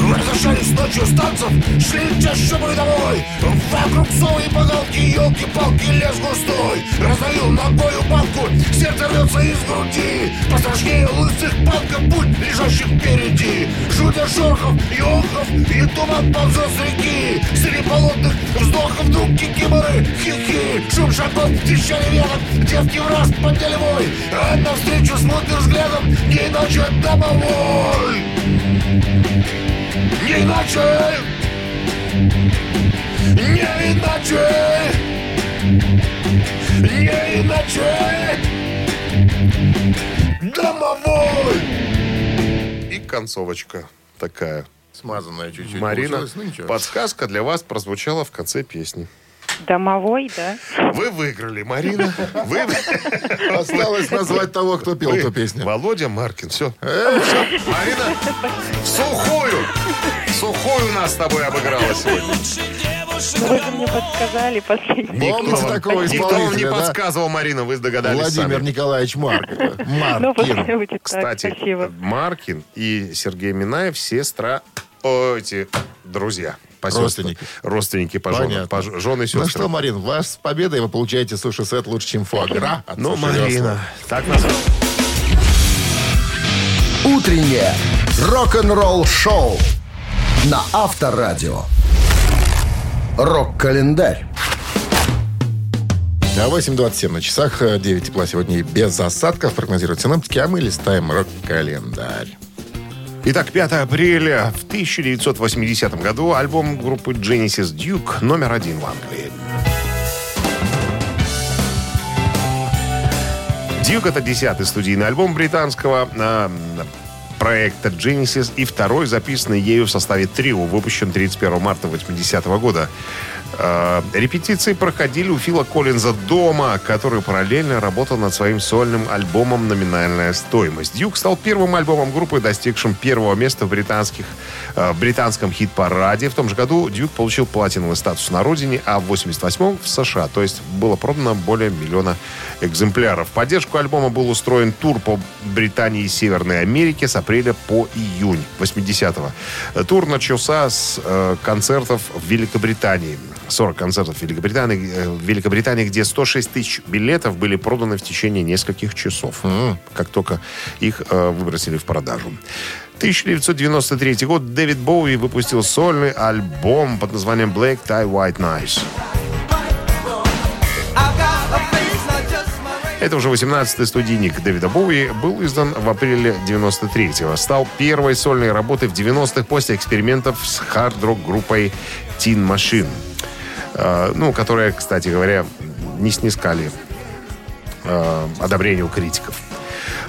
[SPEAKER 9] Разошелись ночью с танцев, шли чаще мы домой Вокруг совы и поголки, елки-палки, лес густой Раздаю ногою банку, сердце рвется из груди Пострашнее лысых банков, путь лежащих впереди Шутя шорхов и охов, и туман ползет с реки Среди болотных вздохов вдруг кикиморы, хихи Шум шагов, трещали веток, девки в раз подняли вой А навстречу смутным взглядом, не иначе домовой не иначе! Не иначе! Не иначе! Домовой!
[SPEAKER 3] И концовочка такая.
[SPEAKER 2] Смазанная чуть-чуть.
[SPEAKER 3] Марина,
[SPEAKER 2] получилась, ну ничего.
[SPEAKER 3] подсказка для вас прозвучала в конце песни.
[SPEAKER 8] Домовой, да.
[SPEAKER 3] Вы выиграли, Марина. Вы...
[SPEAKER 2] Осталось назвать того, кто пел эту
[SPEAKER 3] Вы-
[SPEAKER 2] песню.
[SPEAKER 3] Володя Маркин. Все. Марина, в сухую. В сухую нас с тобой обыграла сегодня.
[SPEAKER 8] Ну, Вы же мне подсказали последний.
[SPEAKER 2] Помните
[SPEAKER 3] вам-
[SPEAKER 2] такого
[SPEAKER 3] никто вам не
[SPEAKER 2] исполнителя, да?
[SPEAKER 3] подсказывал, Марина, вы догадались
[SPEAKER 2] Владимир
[SPEAKER 3] сами.
[SPEAKER 2] Николаевич Марк.
[SPEAKER 8] Ну, пусть
[SPEAKER 2] Маркин.
[SPEAKER 8] будет так.
[SPEAKER 3] Кстати,
[SPEAKER 8] Спасибо.
[SPEAKER 3] Маркин и Сергей Минаев сестра... О, эти друзья. по сестрам.
[SPEAKER 2] Родственники.
[SPEAKER 3] Родственники по
[SPEAKER 2] Понятно.
[SPEAKER 3] женам. По ж- жены и
[SPEAKER 2] Ну
[SPEAKER 3] сестры.
[SPEAKER 2] что, Марин, вас с победой вы получаете суши-сет лучше, чем фуагра. от
[SPEAKER 3] Ну,
[SPEAKER 2] «Суши
[SPEAKER 3] Марина,
[SPEAKER 2] Весла».
[SPEAKER 3] так назвал.
[SPEAKER 1] «Утреннее рок-н-ролл-шоу» на Авторадио. Рок-календарь.
[SPEAKER 2] Да, 8.27 на часах, э, 9 тепла сегодня и без осадков прогнозируют синоптики, а мы листаем рок-календарь.
[SPEAKER 3] Итак, 5 апреля в 1980 году альбом группы Genesis Duke номер один в Англии. Дьюк это десятый студийный альбом британского э, проекта Genesis и второй, записанный ею в составе трио, выпущен 31 марта 80 года. Э, Репетиции проходили у Фила Коллинза дома, который параллельно работал над своим сольным альбомом «Номинальная стоимость». «Дюк» стал первым альбомом группы, достигшим первого места в британских, э, в британском хит-параде. В том же году «Дюк» получил платиновый статус на родине, а в 88-м в США. То есть было продано более миллиона экземпляров. В поддержку альбома был устроен тур по Британии и Северной Америке с апреля по июнь 80-го. Э, Тур начался с э, концертов в Великобритании. 40 концертов в Великобритании, э, в Великобритании, где 106 тысяч билетов были проданы в течение нескольких часов, как только их э, выбросили в продажу. 1993 год Дэвид Боуи выпустил сольный альбом под названием Black Tie White Nice. Это уже 18-й студийник Дэвида Боуи был издан в апреле 93-го. Стал первой сольной работой в 90-х после экспериментов с хард-рок группой Teen Machine. Э, Ну, которые, кстати говоря, не снискали э, одобрения у критиков.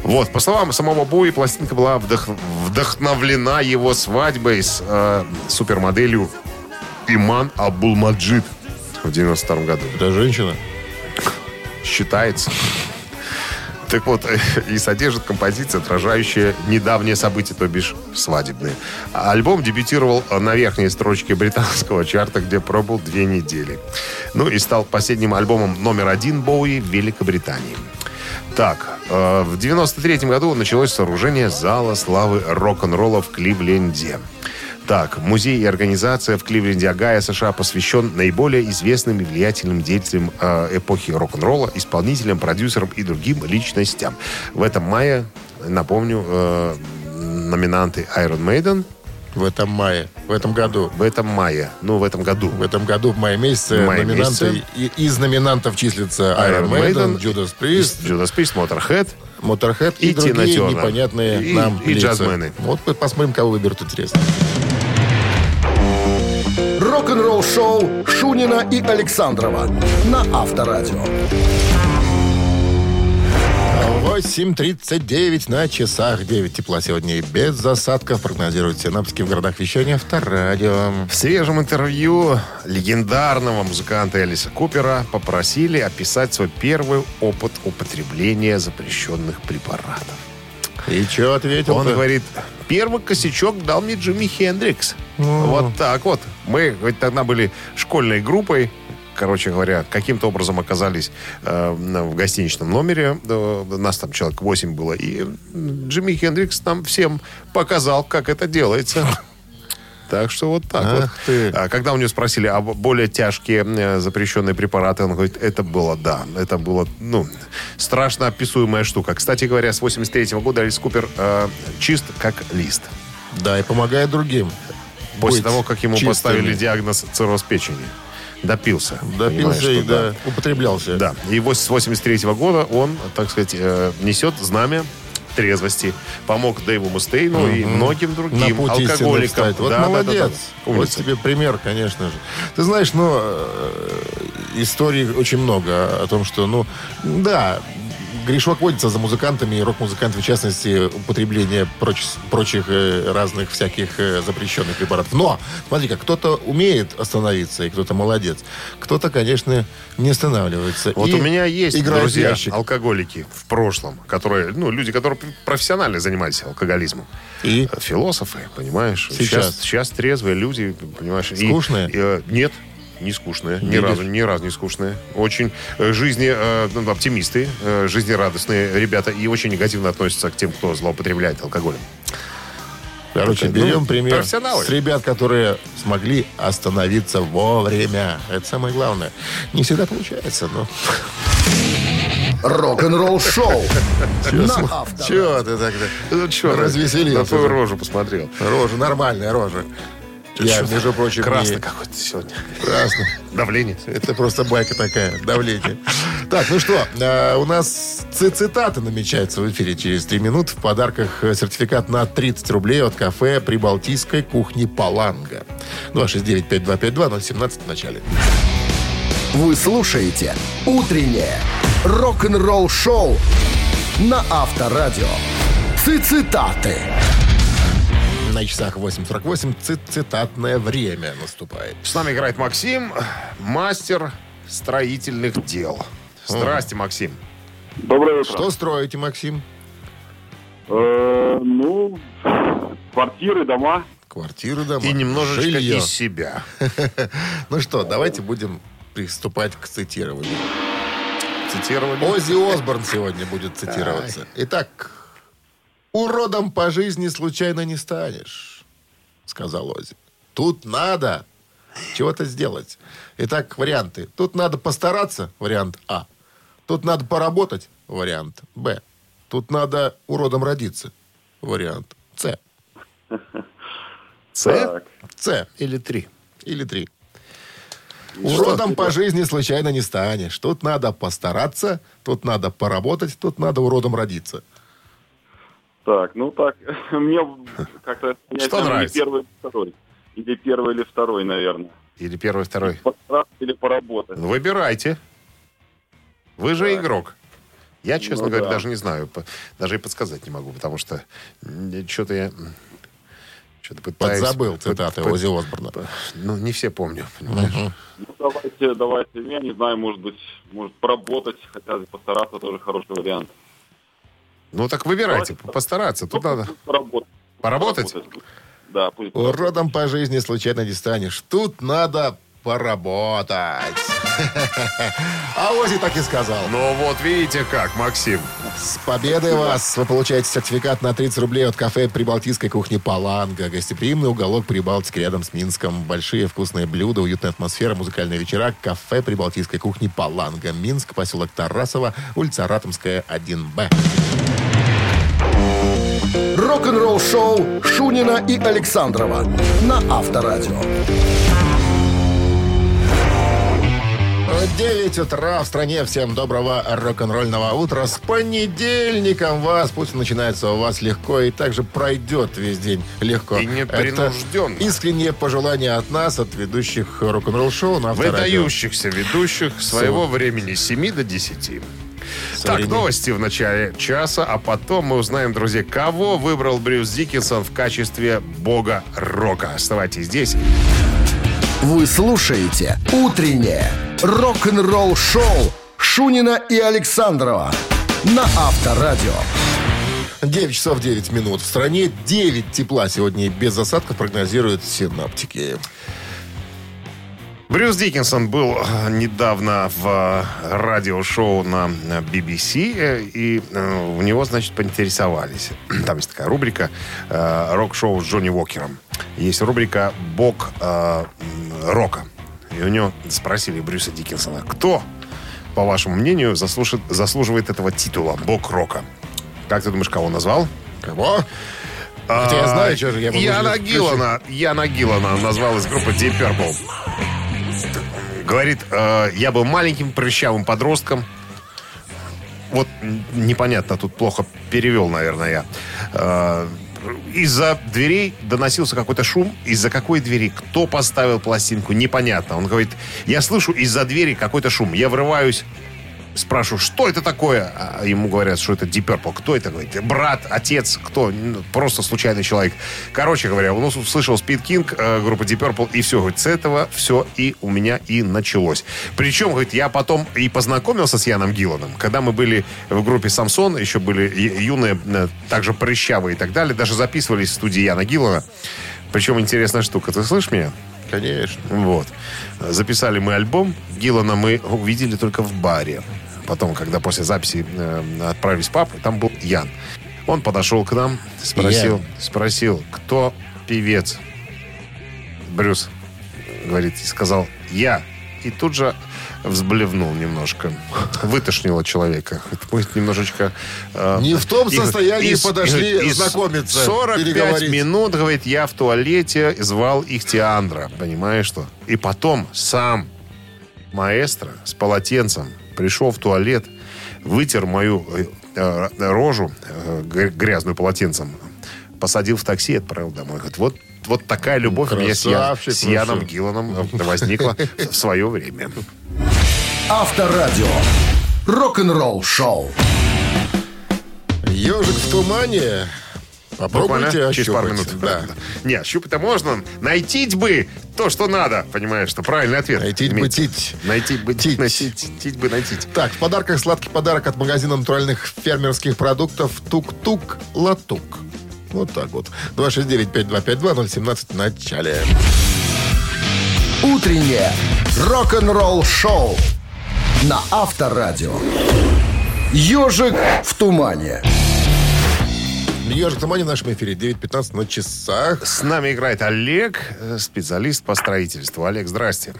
[SPEAKER 3] Вот, по словам самого Боуи, пластинка была вдох- вдохновлена его свадьбой с э, супермоделью Иман Абулмаджид в 92 году
[SPEAKER 2] Это женщина?
[SPEAKER 3] считается. Так вот, э, и содержит композиции, отражающие недавние события, то бишь свадебные. Альбом дебютировал на верхней строчке британского чарта, где пробыл две недели. Ну и стал последним альбомом номер один Боуи в Великобритании. Так, э, в 93 году началось сооружение зала славы рок-н-ролла в Кливленде. Так, музей и организация в Кливленде, Огайо, США посвящен наиболее известным и влиятельным деятелям э, эпохи рок-н-ролла, исполнителям, продюсерам и другим личностям. В этом мае, напомню, э, номинанты Iron Maiden
[SPEAKER 2] В этом мае, в этом году.
[SPEAKER 3] в этом мае, ну, в этом году.
[SPEAKER 2] В этом году, в мае месяце,
[SPEAKER 3] В мае
[SPEAKER 2] номинанты,
[SPEAKER 3] месяце.
[SPEAKER 2] и- из номинантов числится Iron Maiden, Judas Priest,
[SPEAKER 3] Judas Priest, Motorhead.
[SPEAKER 2] Motorhead и,
[SPEAKER 3] И Тина
[SPEAKER 2] другие
[SPEAKER 3] Тернер.
[SPEAKER 2] непонятные
[SPEAKER 3] И-
[SPEAKER 2] нам
[SPEAKER 3] и
[SPEAKER 2] лица.
[SPEAKER 3] джазмены.
[SPEAKER 2] Вот мы посмотрим, кого выберут, интересно.
[SPEAKER 1] Рок-н-ролл-шоу Шунина и Александрова на Авторадио.
[SPEAKER 2] 8.39 на часах, 9 тепла сегодня и без засадков прогнозируют синаптики в городах вещания авторадио.
[SPEAKER 3] В свежем интервью легендарного музыканта Элиса Купера попросили описать свой первый опыт употребления запрещенных препаратов.
[SPEAKER 2] И что ответил
[SPEAKER 3] Он говорит, первый косячок дал мне Джимми Хендрикс. Вот так вот. Мы ведь тогда были школьной группой, короче говоря, каким-то образом оказались э, на- в гостиничном номере. Э, Нас там человек 8 было. И Джимми Хендрикс нам всем показал, как это делается. Так что вот так
[SPEAKER 2] Ах
[SPEAKER 3] вот.
[SPEAKER 2] ты.
[SPEAKER 3] А Когда у него спросили о более тяжкие э, запрещенные препараты, он говорит, это было, да, это было, ну, страшно описуемая штука. Кстати говоря, с 83 года Алис Купер э, чист как лист.
[SPEAKER 2] Да, и помогает другим.
[SPEAKER 3] После
[SPEAKER 2] Быть
[SPEAKER 3] того, как ему
[SPEAKER 2] чистыми.
[SPEAKER 3] поставили диагноз цирроз печени. Допился. понимаешь,
[SPEAKER 2] Допился и
[SPEAKER 3] что да.
[SPEAKER 2] да, употреблялся.
[SPEAKER 3] Да. И вот с 83 года он, так сказать, э, несет знамя трезвости. Помог Дэйву Мустейну и многим
[SPEAKER 2] На
[SPEAKER 3] другим
[SPEAKER 2] пути истины
[SPEAKER 3] алкоголикам.
[SPEAKER 2] встать. Вот
[SPEAKER 3] Да, да, да, да.
[SPEAKER 2] молодец. Вот
[SPEAKER 3] Умница.
[SPEAKER 2] тебе пример, конечно же. Ты знаешь, ну, э, историй очень много о том, что, ну, да, грешок водится за музыкантами, и рок-музыкантами, в частности, употребление проч- прочих э, разных всяких э, запрещенных препаратов. Но, смотри как кто-то умеет остановиться, и кто-то молодец. Кто-то, конечно, не останавливается.
[SPEAKER 3] Вот
[SPEAKER 2] И
[SPEAKER 3] у меня есть
[SPEAKER 2] играет в
[SPEAKER 3] друзья,
[SPEAKER 2] ящик.
[SPEAKER 3] алкоголики в прошлом, которые, ну, люди, которые профессионально занимались алкоголизмом.
[SPEAKER 2] И?
[SPEAKER 3] Философы, понимаешь?
[SPEAKER 2] Сейчас.
[SPEAKER 3] Сейчас, сейчас трезвые люди, понимаешь. и-
[SPEAKER 2] Скучные?
[SPEAKER 3] и, э, нет. Не скучные, ни
[SPEAKER 2] Видишь?
[SPEAKER 3] разу, ни разу не скучные. Очень э, жизни, э, ну, оптимисты, э, жизнерадостные ребята и очень негативно относятся к тем, кто злоупотребляет алкоголем.
[SPEAKER 2] Короче,
[SPEAKER 3] Ну,
[SPEAKER 2] берем пример
[SPEAKER 3] профессионалы.
[SPEAKER 2] с ребят, которые смогли остановиться вовремя. Это самое главное. Не всегда получается, но...
[SPEAKER 1] Рок-н-ролл-шоу на Авторадио.
[SPEAKER 2] Чего ты тогда?
[SPEAKER 3] Ну, чё,
[SPEAKER 2] Развеселился
[SPEAKER 3] На твою
[SPEAKER 2] же.
[SPEAKER 3] рожу посмотрел.
[SPEAKER 2] Рожа, нормальная рожа. Я,
[SPEAKER 3] Чё ты?
[SPEAKER 2] между прочим,
[SPEAKER 3] Красный
[SPEAKER 2] не-
[SPEAKER 3] какой-то сегодня.
[SPEAKER 2] Красно.
[SPEAKER 3] Давление.
[SPEAKER 2] Это просто байка такая, давление. Так, ну что, э, у нас ци- цитаты намечаются в эфире через три минут. В подарках э, сертификат на 30 рублей от кафе Прибалтийской кухни Паланга. Ну, а 269-5252, 017 в начале.
[SPEAKER 1] Вы слушаете «Утреннее рок-н-ролл-шоу» на Авторадио. Цицитаты.
[SPEAKER 2] На часах 8.48 ци- цитатное время наступает.
[SPEAKER 3] С нами играет Максим, мастер строительных дел. Здрасте, Максим.
[SPEAKER 7] Доброе утро.
[SPEAKER 2] Что строите, Максим?
[SPEAKER 7] Э, ну, квартиры, дома.
[SPEAKER 2] Квартиры, дома,
[SPEAKER 3] И немножечко
[SPEAKER 2] жилье.
[SPEAKER 3] из себя.
[SPEAKER 2] Ну что, давайте будем приступать к цитированию.
[SPEAKER 3] Цитировали.
[SPEAKER 2] Оззи Осборн сегодня будет цитироваться. Итак, уродом по жизни случайно не станешь, сказал Оззи. Тут надо чего-то сделать. Итак, варианты. Тут надо постараться, вариант А. Тут надо поработать, вариант Б. Тут надо уродом родиться, вариант С.
[SPEAKER 3] Ц?
[SPEAKER 2] С
[SPEAKER 3] Или три.
[SPEAKER 2] или три.
[SPEAKER 3] Ну
[SPEAKER 2] Уродом по жизни случайно не станешь. Тут надо постараться, тут надо поработать, тут надо уродом родиться.
[SPEAKER 7] Так, ну так, мне как-то... понять,
[SPEAKER 3] Что
[SPEAKER 7] там, или
[SPEAKER 3] нравится?
[SPEAKER 7] Первый, или второй. Или первый, или второй, наверное.
[SPEAKER 3] Или первый, второй. Ну,
[SPEAKER 7] Постараться или поработать.
[SPEAKER 3] Выбирайте. Вы же игрок. Я, честно
[SPEAKER 7] Ну
[SPEAKER 3] говоря,
[SPEAKER 7] да.
[SPEAKER 3] даже не знаю. по- Даже и подсказать не могу, потому что что-то я... Что-то пытаюсь...
[SPEAKER 2] Подзабыл
[SPEAKER 3] Под-
[SPEAKER 2] цитаты
[SPEAKER 3] под-
[SPEAKER 2] Ози Осборна.
[SPEAKER 3] Ну, не все помню, понимаешь?
[SPEAKER 7] Ну, давайте, давайте, я не знаю, может быть, может поработать, хотя постараться тоже хороший вариант.
[SPEAKER 3] Ну, так выбирайте.
[SPEAKER 7] Давайте.
[SPEAKER 3] Постараться. Тут надо
[SPEAKER 7] Ну, Поработать.
[SPEAKER 3] поработать.
[SPEAKER 7] Поработать. Да, пусть.
[SPEAKER 2] Уродом по жизни случайно не станешь. Тут надо поработать. А Ози так и сказал.
[SPEAKER 3] Ну, вот видите как, Максим.
[SPEAKER 2] С победой вас! Вы получаете сертификат на 30 рублей от кафе прибалтийской кухни «Паланга». Гостеприимный уголок Прибалтики рядом с Минском. Большие вкусные блюда, уютная атмосфера, музыкальные вечера. Кафе прибалтийской кухни «Паланга». Минск, поселок Тарасова, улица Ратомская, 1Б.
[SPEAKER 1] Рок-н-ролл-шоу Шунина и Александрова на Авторадио.
[SPEAKER 2] 9 утра в стране. Всем доброго рок-н-ролльного утра. С понедельником вас. Пусть он начинается у вас легко и также пройдет весь день легко.
[SPEAKER 3] И непринужденно.
[SPEAKER 2] Это искреннее пожелание от нас, от ведущих рок-н-ролл-шоу на Авторадио.
[SPEAKER 3] Выдающихся ведущих своего времени с 7 до 10. Так,
[SPEAKER 2] Современ-
[SPEAKER 3] новости в начале часа, а потом мы узнаем, друзья, кого выбрал Брюс Диккенсон в качестве бога рока. Оставайтесь здесь.
[SPEAKER 1] Вы слушаете «Утреннее рок-н-ролл-шоу» Шунина и Александрова на Авторадио.
[SPEAKER 2] 9 ну, часов 9 минут. В стране 9 тепла сегодня и без осадков прогнозируют синаптики.
[SPEAKER 3] Брюс Диккенсон был э, недавно в э, радиошоу на э, BBC, э, и э, у него, значит, поинтересовались. Там есть такая рубрика э, «Рок-шоу с Джонни Уокером». Есть рубрика «Бог э, м, рока». И у него спросили Брюса Диккенсона, кто, по вашему мнению, заслушает- заслуживает этого титула «Бог рока». Как ты думаешь, кого он назвал? А,
[SPEAKER 2] Кого? Хотя я знаю, что же я буду
[SPEAKER 3] Яна
[SPEAKER 2] включить.
[SPEAKER 3] Гиллана, Яна Гиллана назвал из группы Deep Purple. Говорит, э, я был маленьким прыщавым подростком. Вот м, непонятно, тут плохо перевел, наверное, я. Э, из-за дверей доносился какой-то шум. Из-за какой двери? Кто поставил пластинку? Непонятно. Он говорит, я слышу из-за двери какой-то шум. Я врываюсь, спрашиваю, что это такое? А ему говорят, что это Deep Purple. Кто это? Говорит, брат, отец, кто? Ну, Просто случайный человек. Короче говоря, он услышал Speed King, э, группа Deep Purple, и все. Говорит, с этого все и у меня и началось. Причем, говорит, я потом и познакомился с Яном Гилланом. Когда мы были в группе Самсон, еще были и- юные, э, также прыщавые и так далее, даже записывались в студии Яна Гиллана. Причем интересная штука. Ты слышишь меня?
[SPEAKER 2] Конечно.
[SPEAKER 3] Вот. Записали мы альбом. Гиллана мы увидели только в баре. Потом, когда после записи э, отправились в паб, там был Ян. Он подошел к нам, спросил,
[SPEAKER 2] Ян.
[SPEAKER 3] спросил, кто певец. Брюс говорит, и сказал, я. И тут же взблевнул немножко. Вытошнило человека. Это будет немножечко... э,
[SPEAKER 2] Не в том
[SPEAKER 3] и-
[SPEAKER 2] состоянии
[SPEAKER 3] и-
[SPEAKER 2] подошли
[SPEAKER 3] и- и
[SPEAKER 2] знакомиться,
[SPEAKER 3] 45
[SPEAKER 2] переговорить.
[SPEAKER 3] минут, говорит, я в туалете звал их Теандра. Понимаешь что? И потом сам маэстро с полотенцем пришел в туалет, вытер мою э, э, рожу э, гря- грязную полотенцем, посадил в такси и отправил домой. Говорит, вот, вот такая любовь у меня с, Я-
[SPEAKER 2] Красавчик,
[SPEAKER 3] с
[SPEAKER 2] ну
[SPEAKER 3] Яном
[SPEAKER 2] что.
[SPEAKER 3] Гилланом э, возникла в свое время.
[SPEAKER 1] Авторадио. Рок-н-ролл-шоу.
[SPEAKER 2] Ежик в тумане. Попробуйте
[SPEAKER 3] Буквально
[SPEAKER 2] ощупать.
[SPEAKER 3] через пару минут.
[SPEAKER 2] Да.
[SPEAKER 3] Не, ощупать-то можно. Найти бы то, что надо. Понимаешь, что правильный ответ.
[SPEAKER 2] Найти бы
[SPEAKER 3] Иметь.
[SPEAKER 2] тить.
[SPEAKER 3] Найти бы
[SPEAKER 2] Тить.
[SPEAKER 3] тить. Найти бы найти.
[SPEAKER 2] Так, в подарках сладкий подарок от магазина натуральных фермерских продуктов «Тук-тук Латук». Вот так вот. 269-5252-017 в начале.
[SPEAKER 1] Утреннее рок-н-ролл-шоу на Авторадио. Ежик в тумане.
[SPEAKER 2] Ежик в тумане в нашем эфире. 9.15 на часах.
[SPEAKER 3] С нами играет Олег, э, специалист по строительству. Олег, здрасте.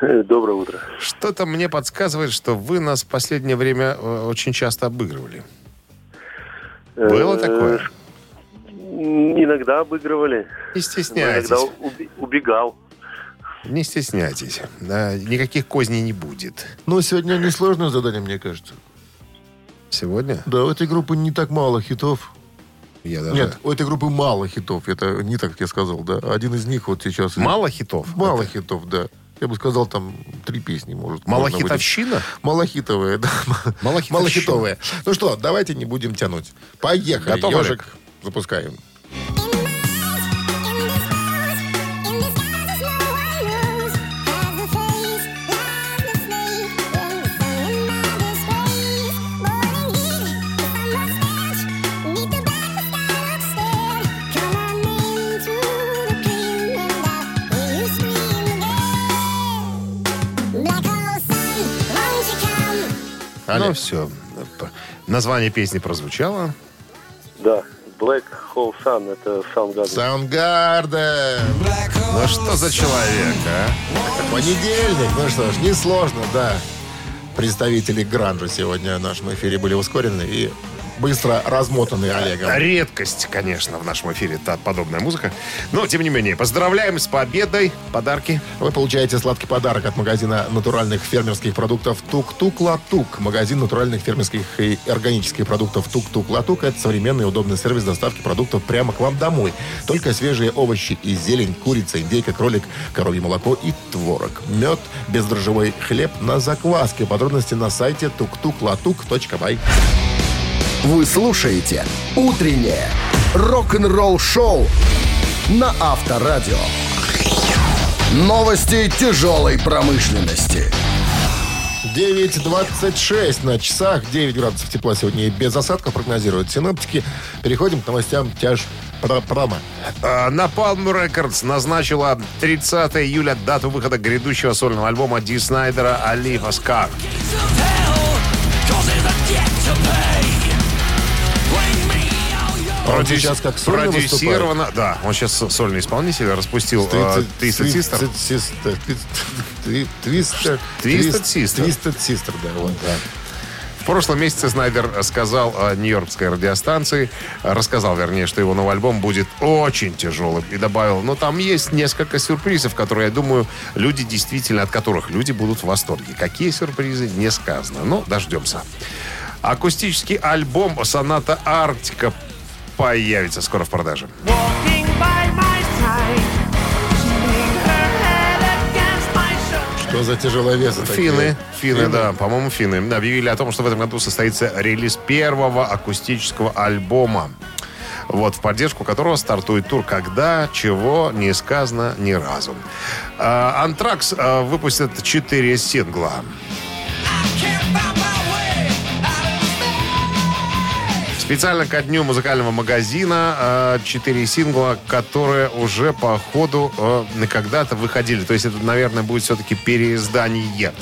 [SPEAKER 10] Доброе утро.
[SPEAKER 3] Что-то мне подсказывает, что вы нас в последнее время э, очень часто обыгрывали. Было
[SPEAKER 10] Э,
[SPEAKER 3] такое?
[SPEAKER 10] м, Иногда обыгрывали.
[SPEAKER 3] Не
[SPEAKER 10] но Иногда
[SPEAKER 3] стесняйтесь.
[SPEAKER 10] уби- убегал.
[SPEAKER 3] Не стесняйтесь. Да, Никаких козней не будет.
[SPEAKER 2] Ну, сегодня несложное задание, мне кажется.
[SPEAKER 3] Сегодня?
[SPEAKER 2] Да, у этой группы не так мало хитов.
[SPEAKER 3] Я даже...
[SPEAKER 2] Нет, у этой группы мало хитов. Это не так я сказал, да. Один из них вот сейчас...
[SPEAKER 3] Мало хитов?
[SPEAKER 2] Мало хитов, да. Я бы сказал, там три песни, может.
[SPEAKER 3] Мало
[SPEAKER 2] можно выделить.
[SPEAKER 3] хитовщина?
[SPEAKER 2] Малахитовые, да.
[SPEAKER 3] Малахитовщина.
[SPEAKER 2] Малахитовые. Ну что, давайте не будем тянуть. Поехали.
[SPEAKER 3] Готов,
[SPEAKER 2] Ёжик.
[SPEAKER 3] Олег?
[SPEAKER 2] Запускаем. А,
[SPEAKER 3] Ну все. Название песни прозвучало.
[SPEAKER 10] Да. Black Hole Sun, это Soundgarden.
[SPEAKER 2] Саундгарден.
[SPEAKER 3] Ну что за человек, а?
[SPEAKER 2] Понедельник. Ну что ж, несложно, да. Представители Гранжа сегодня в нашем эфире были ускорены и быстро размотаны Олегом.
[SPEAKER 3] Редкость, конечно, в нашем эфире та подобная музыка. Но, тем не менее, поздравляем с победой. Подарки.
[SPEAKER 2] Вы получаете сладкий подарок от магазина натуральных фермерских продуктов «Тук-тук Латук». Магазин натуральных фермерских и органических продуктов «Тук-тук Латук» — это современный и удобный сервис доставки продуктов прямо к вам домой. Только свежие овощи и зелень, курица, индейка, кролик, коровье молоко и творог. Мед, бездрожжевой хлеб на закваске. Подробности на сайте tuktuklatuk.by.
[SPEAKER 1] Вы слушаете «Утреннее рок-н-ролл-шоу» на Авторадио. Новости тяжелой промышленности.
[SPEAKER 2] 9.26 на часах, 9 градусов тепла сегодня и без осадков прогнозируют синоптики. Переходим к новостям тяж прома.
[SPEAKER 3] А, Napalm Records назначила 30 июля дату выхода грядущего сольного альбома Ди Снайдера Али Хаскар.
[SPEAKER 2] Он сейчас как сольно
[SPEAKER 3] продюсировано, да, он сейчас сольный исполнитель, распустил э, Twisted Sister.
[SPEAKER 2] Систер. Твистер.
[SPEAKER 3] Twisted Sister.
[SPEAKER 2] Твистер Систер, да. вот, да.
[SPEAKER 3] В прошлом месяце Снайдер сказал э, нью-йоркской радиостанции, э, рассказал, вернее, что его новый альбом будет очень тяжелым. И добавил, но там есть несколько сюрпризов, которые, я думаю, люди действительно, от которых люди будут в восторге. Какие сюрпризы, не сказано. Но дождемся. Акустический альбом «Соната Арктика» появится скоро в продаже.
[SPEAKER 2] Что за тяжеловесы такие?
[SPEAKER 3] Финны, финны, да, по-моему, финны объявили о том, что в этом году состоится релиз первого акустического альбома. Вот, в поддержку которого стартует тур «Когда, чего, не сказано ни разу». А, «Антракс» а, выпустят четыре сингла. Специально ко дню музыкального магазина а, четыре сингла, которые уже по ходу э, когда-то выходили. То есть это, наверное, будет все-таки переиздание.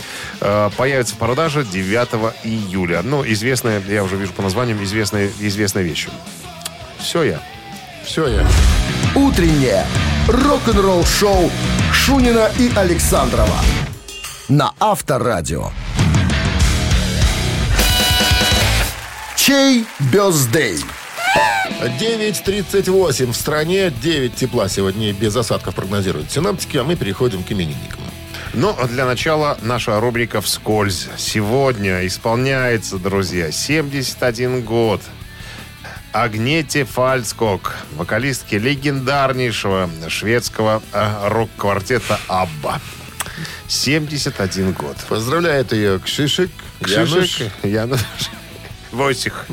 [SPEAKER 3] Э, появится в продаже 9 июля. Ну, известная, я уже вижу по названиям, известные, известные вещи. Все я.
[SPEAKER 2] Все, я.
[SPEAKER 1] Утреннее рок-н-ролл-шоу Шунина и Александрова на Авторадио. Чей бездей?
[SPEAKER 2] 9.38 в стране, 9 тепла сегодня и без осадков прогнозируют синоптики, а мы переходим к именинникам.
[SPEAKER 3] Ну, а для начала наша рубрика «Вскользь». Сегодня исполняется, друзья, 71 год. Агнете Фальцкок, вокалистки легендарнейшего шведского э, рок-квартета «Абба». 71 год.
[SPEAKER 2] Поздравляет ее Кшишик, Януш
[SPEAKER 3] Януш. Войтих.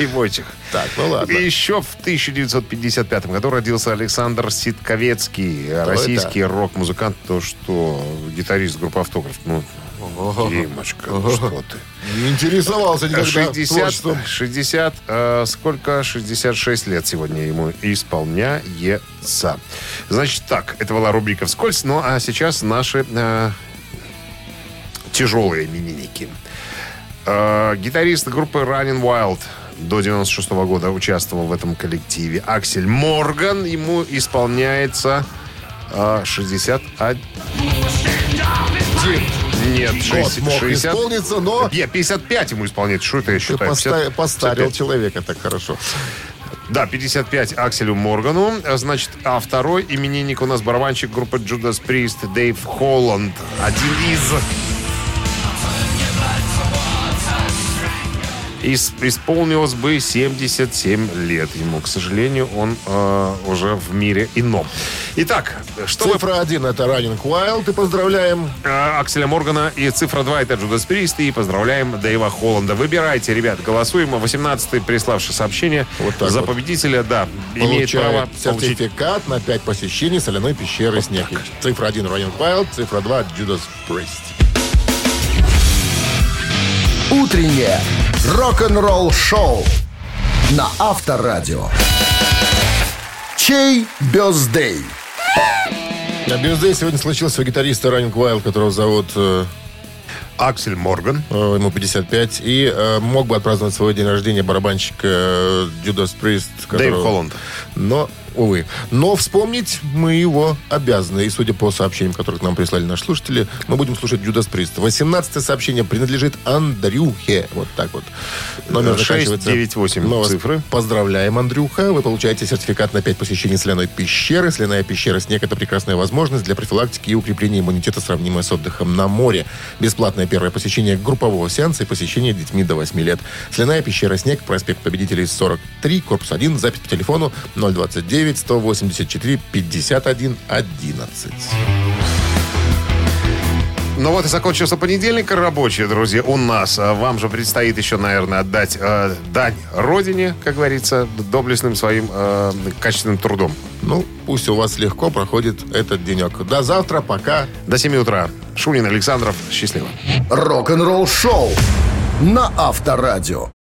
[SPEAKER 3] И Войтих.
[SPEAKER 2] Так, ну ладно.
[SPEAKER 3] И еще в 1955 году родился Александр Ситковецкий, российский рок-музыкант, то что гитарист группы «Автограф». Ну, Димочка, ну что ты.
[SPEAKER 2] Не интересовался никогда
[SPEAKER 3] 60,
[SPEAKER 2] творчеством.
[SPEAKER 3] 60 э, сколько? 66 лет сегодня ему исполняется. Значит так, это была рубрика «Вскользь», ну а сейчас наши э, тяжелые именинники. Э, гитарист группы Running Wild до 96 года участвовал в этом коллективе. Аксель Морган, ему исполняется э, 61... Нет,
[SPEAKER 2] Год
[SPEAKER 3] 60,
[SPEAKER 2] мог
[SPEAKER 3] 60
[SPEAKER 2] исполниться, но
[SPEAKER 3] я 55 ему исполняется. Что это я
[SPEAKER 2] ты
[SPEAKER 3] считаю?
[SPEAKER 2] поста-
[SPEAKER 3] 50
[SPEAKER 2] постарил
[SPEAKER 3] 55.
[SPEAKER 2] человека так хорошо.
[SPEAKER 3] Да, 55 Акселю Моргану. А, Значит, а второй именинник у нас барабанщик группы Judas Priest Дэйв Холланд. Один из... Ис- исполнилось бы 77 лет ему. К сожалению, он э, уже в мире ином. Итак, что вы
[SPEAKER 2] Цифра один это Раннинг Уайлд. И поздравляем.
[SPEAKER 3] Э, Акселя Моргана и цифра 2 это Джудас Прист. И поздравляем Дэйва Холланда. Выбирайте, ребят, голосуем. 18-й, приславший сообщение
[SPEAKER 2] Вот так
[SPEAKER 3] за
[SPEAKER 2] вот.
[SPEAKER 3] победителя, да, имеет
[SPEAKER 2] Получает
[SPEAKER 3] право получить
[SPEAKER 2] сертификат на 5 посещений соляной пещеры Снеги. Цифра 1 Раннинг Уайлд, цифра 2 Judas Priest.
[SPEAKER 1] Утреннее рок-н-ролл-шоу на Авторадио. Чей бездей?
[SPEAKER 2] На Бьюздей сегодня случился у гитариста Раннинг Уайлд, которого зовут э,
[SPEAKER 3] Аксель Морган.
[SPEAKER 2] э, ему 55, и э, мог бы отпраздновать свой день рождения барабанщик э, Judas Priest.
[SPEAKER 3] Дэйв
[SPEAKER 2] которого-
[SPEAKER 3] Холланд.
[SPEAKER 2] Но, увы. Но вспомнить мы его обязаны. И судя по сообщениям, которые к нам прислали наши слушатели, мы будем слушать Judas Priest. 18 сообщение принадлежит Андрюхе. Вот так вот. Номер
[SPEAKER 3] Шесть,
[SPEAKER 2] заканчивается...
[SPEAKER 3] девять, восемь
[SPEAKER 2] вас
[SPEAKER 3] цифры.
[SPEAKER 2] Поздравляем, Андрюха. Вы получаете сертификат на 5 посещений соляной пещеры. Соляная пещера «Снег» — это прекрасная возможность для профилактики и укрепления иммунитета, сравнимая с отдыхом на море. Бесплатное первое посещение группового сеанса и посещение детьми до 8 лет. Соляная пещера «Снег», проспект Победителей 43, корпус 1, запись по телефону 029-184-51-11.
[SPEAKER 3] Ну вот и закончился понедельник рабочий, друзья, у нас. А Вам же предстоит еще, наверное, отдать э, дань родине, как говорится, доблестным своим э, качественным трудом.
[SPEAKER 2] Ну, пусть у вас легко проходит этот денек. До завтра, пока.
[SPEAKER 3] До 7 утра. Шунин Александров. Счастливо.
[SPEAKER 1] Рок-н-ролл-шоу на Авторадио.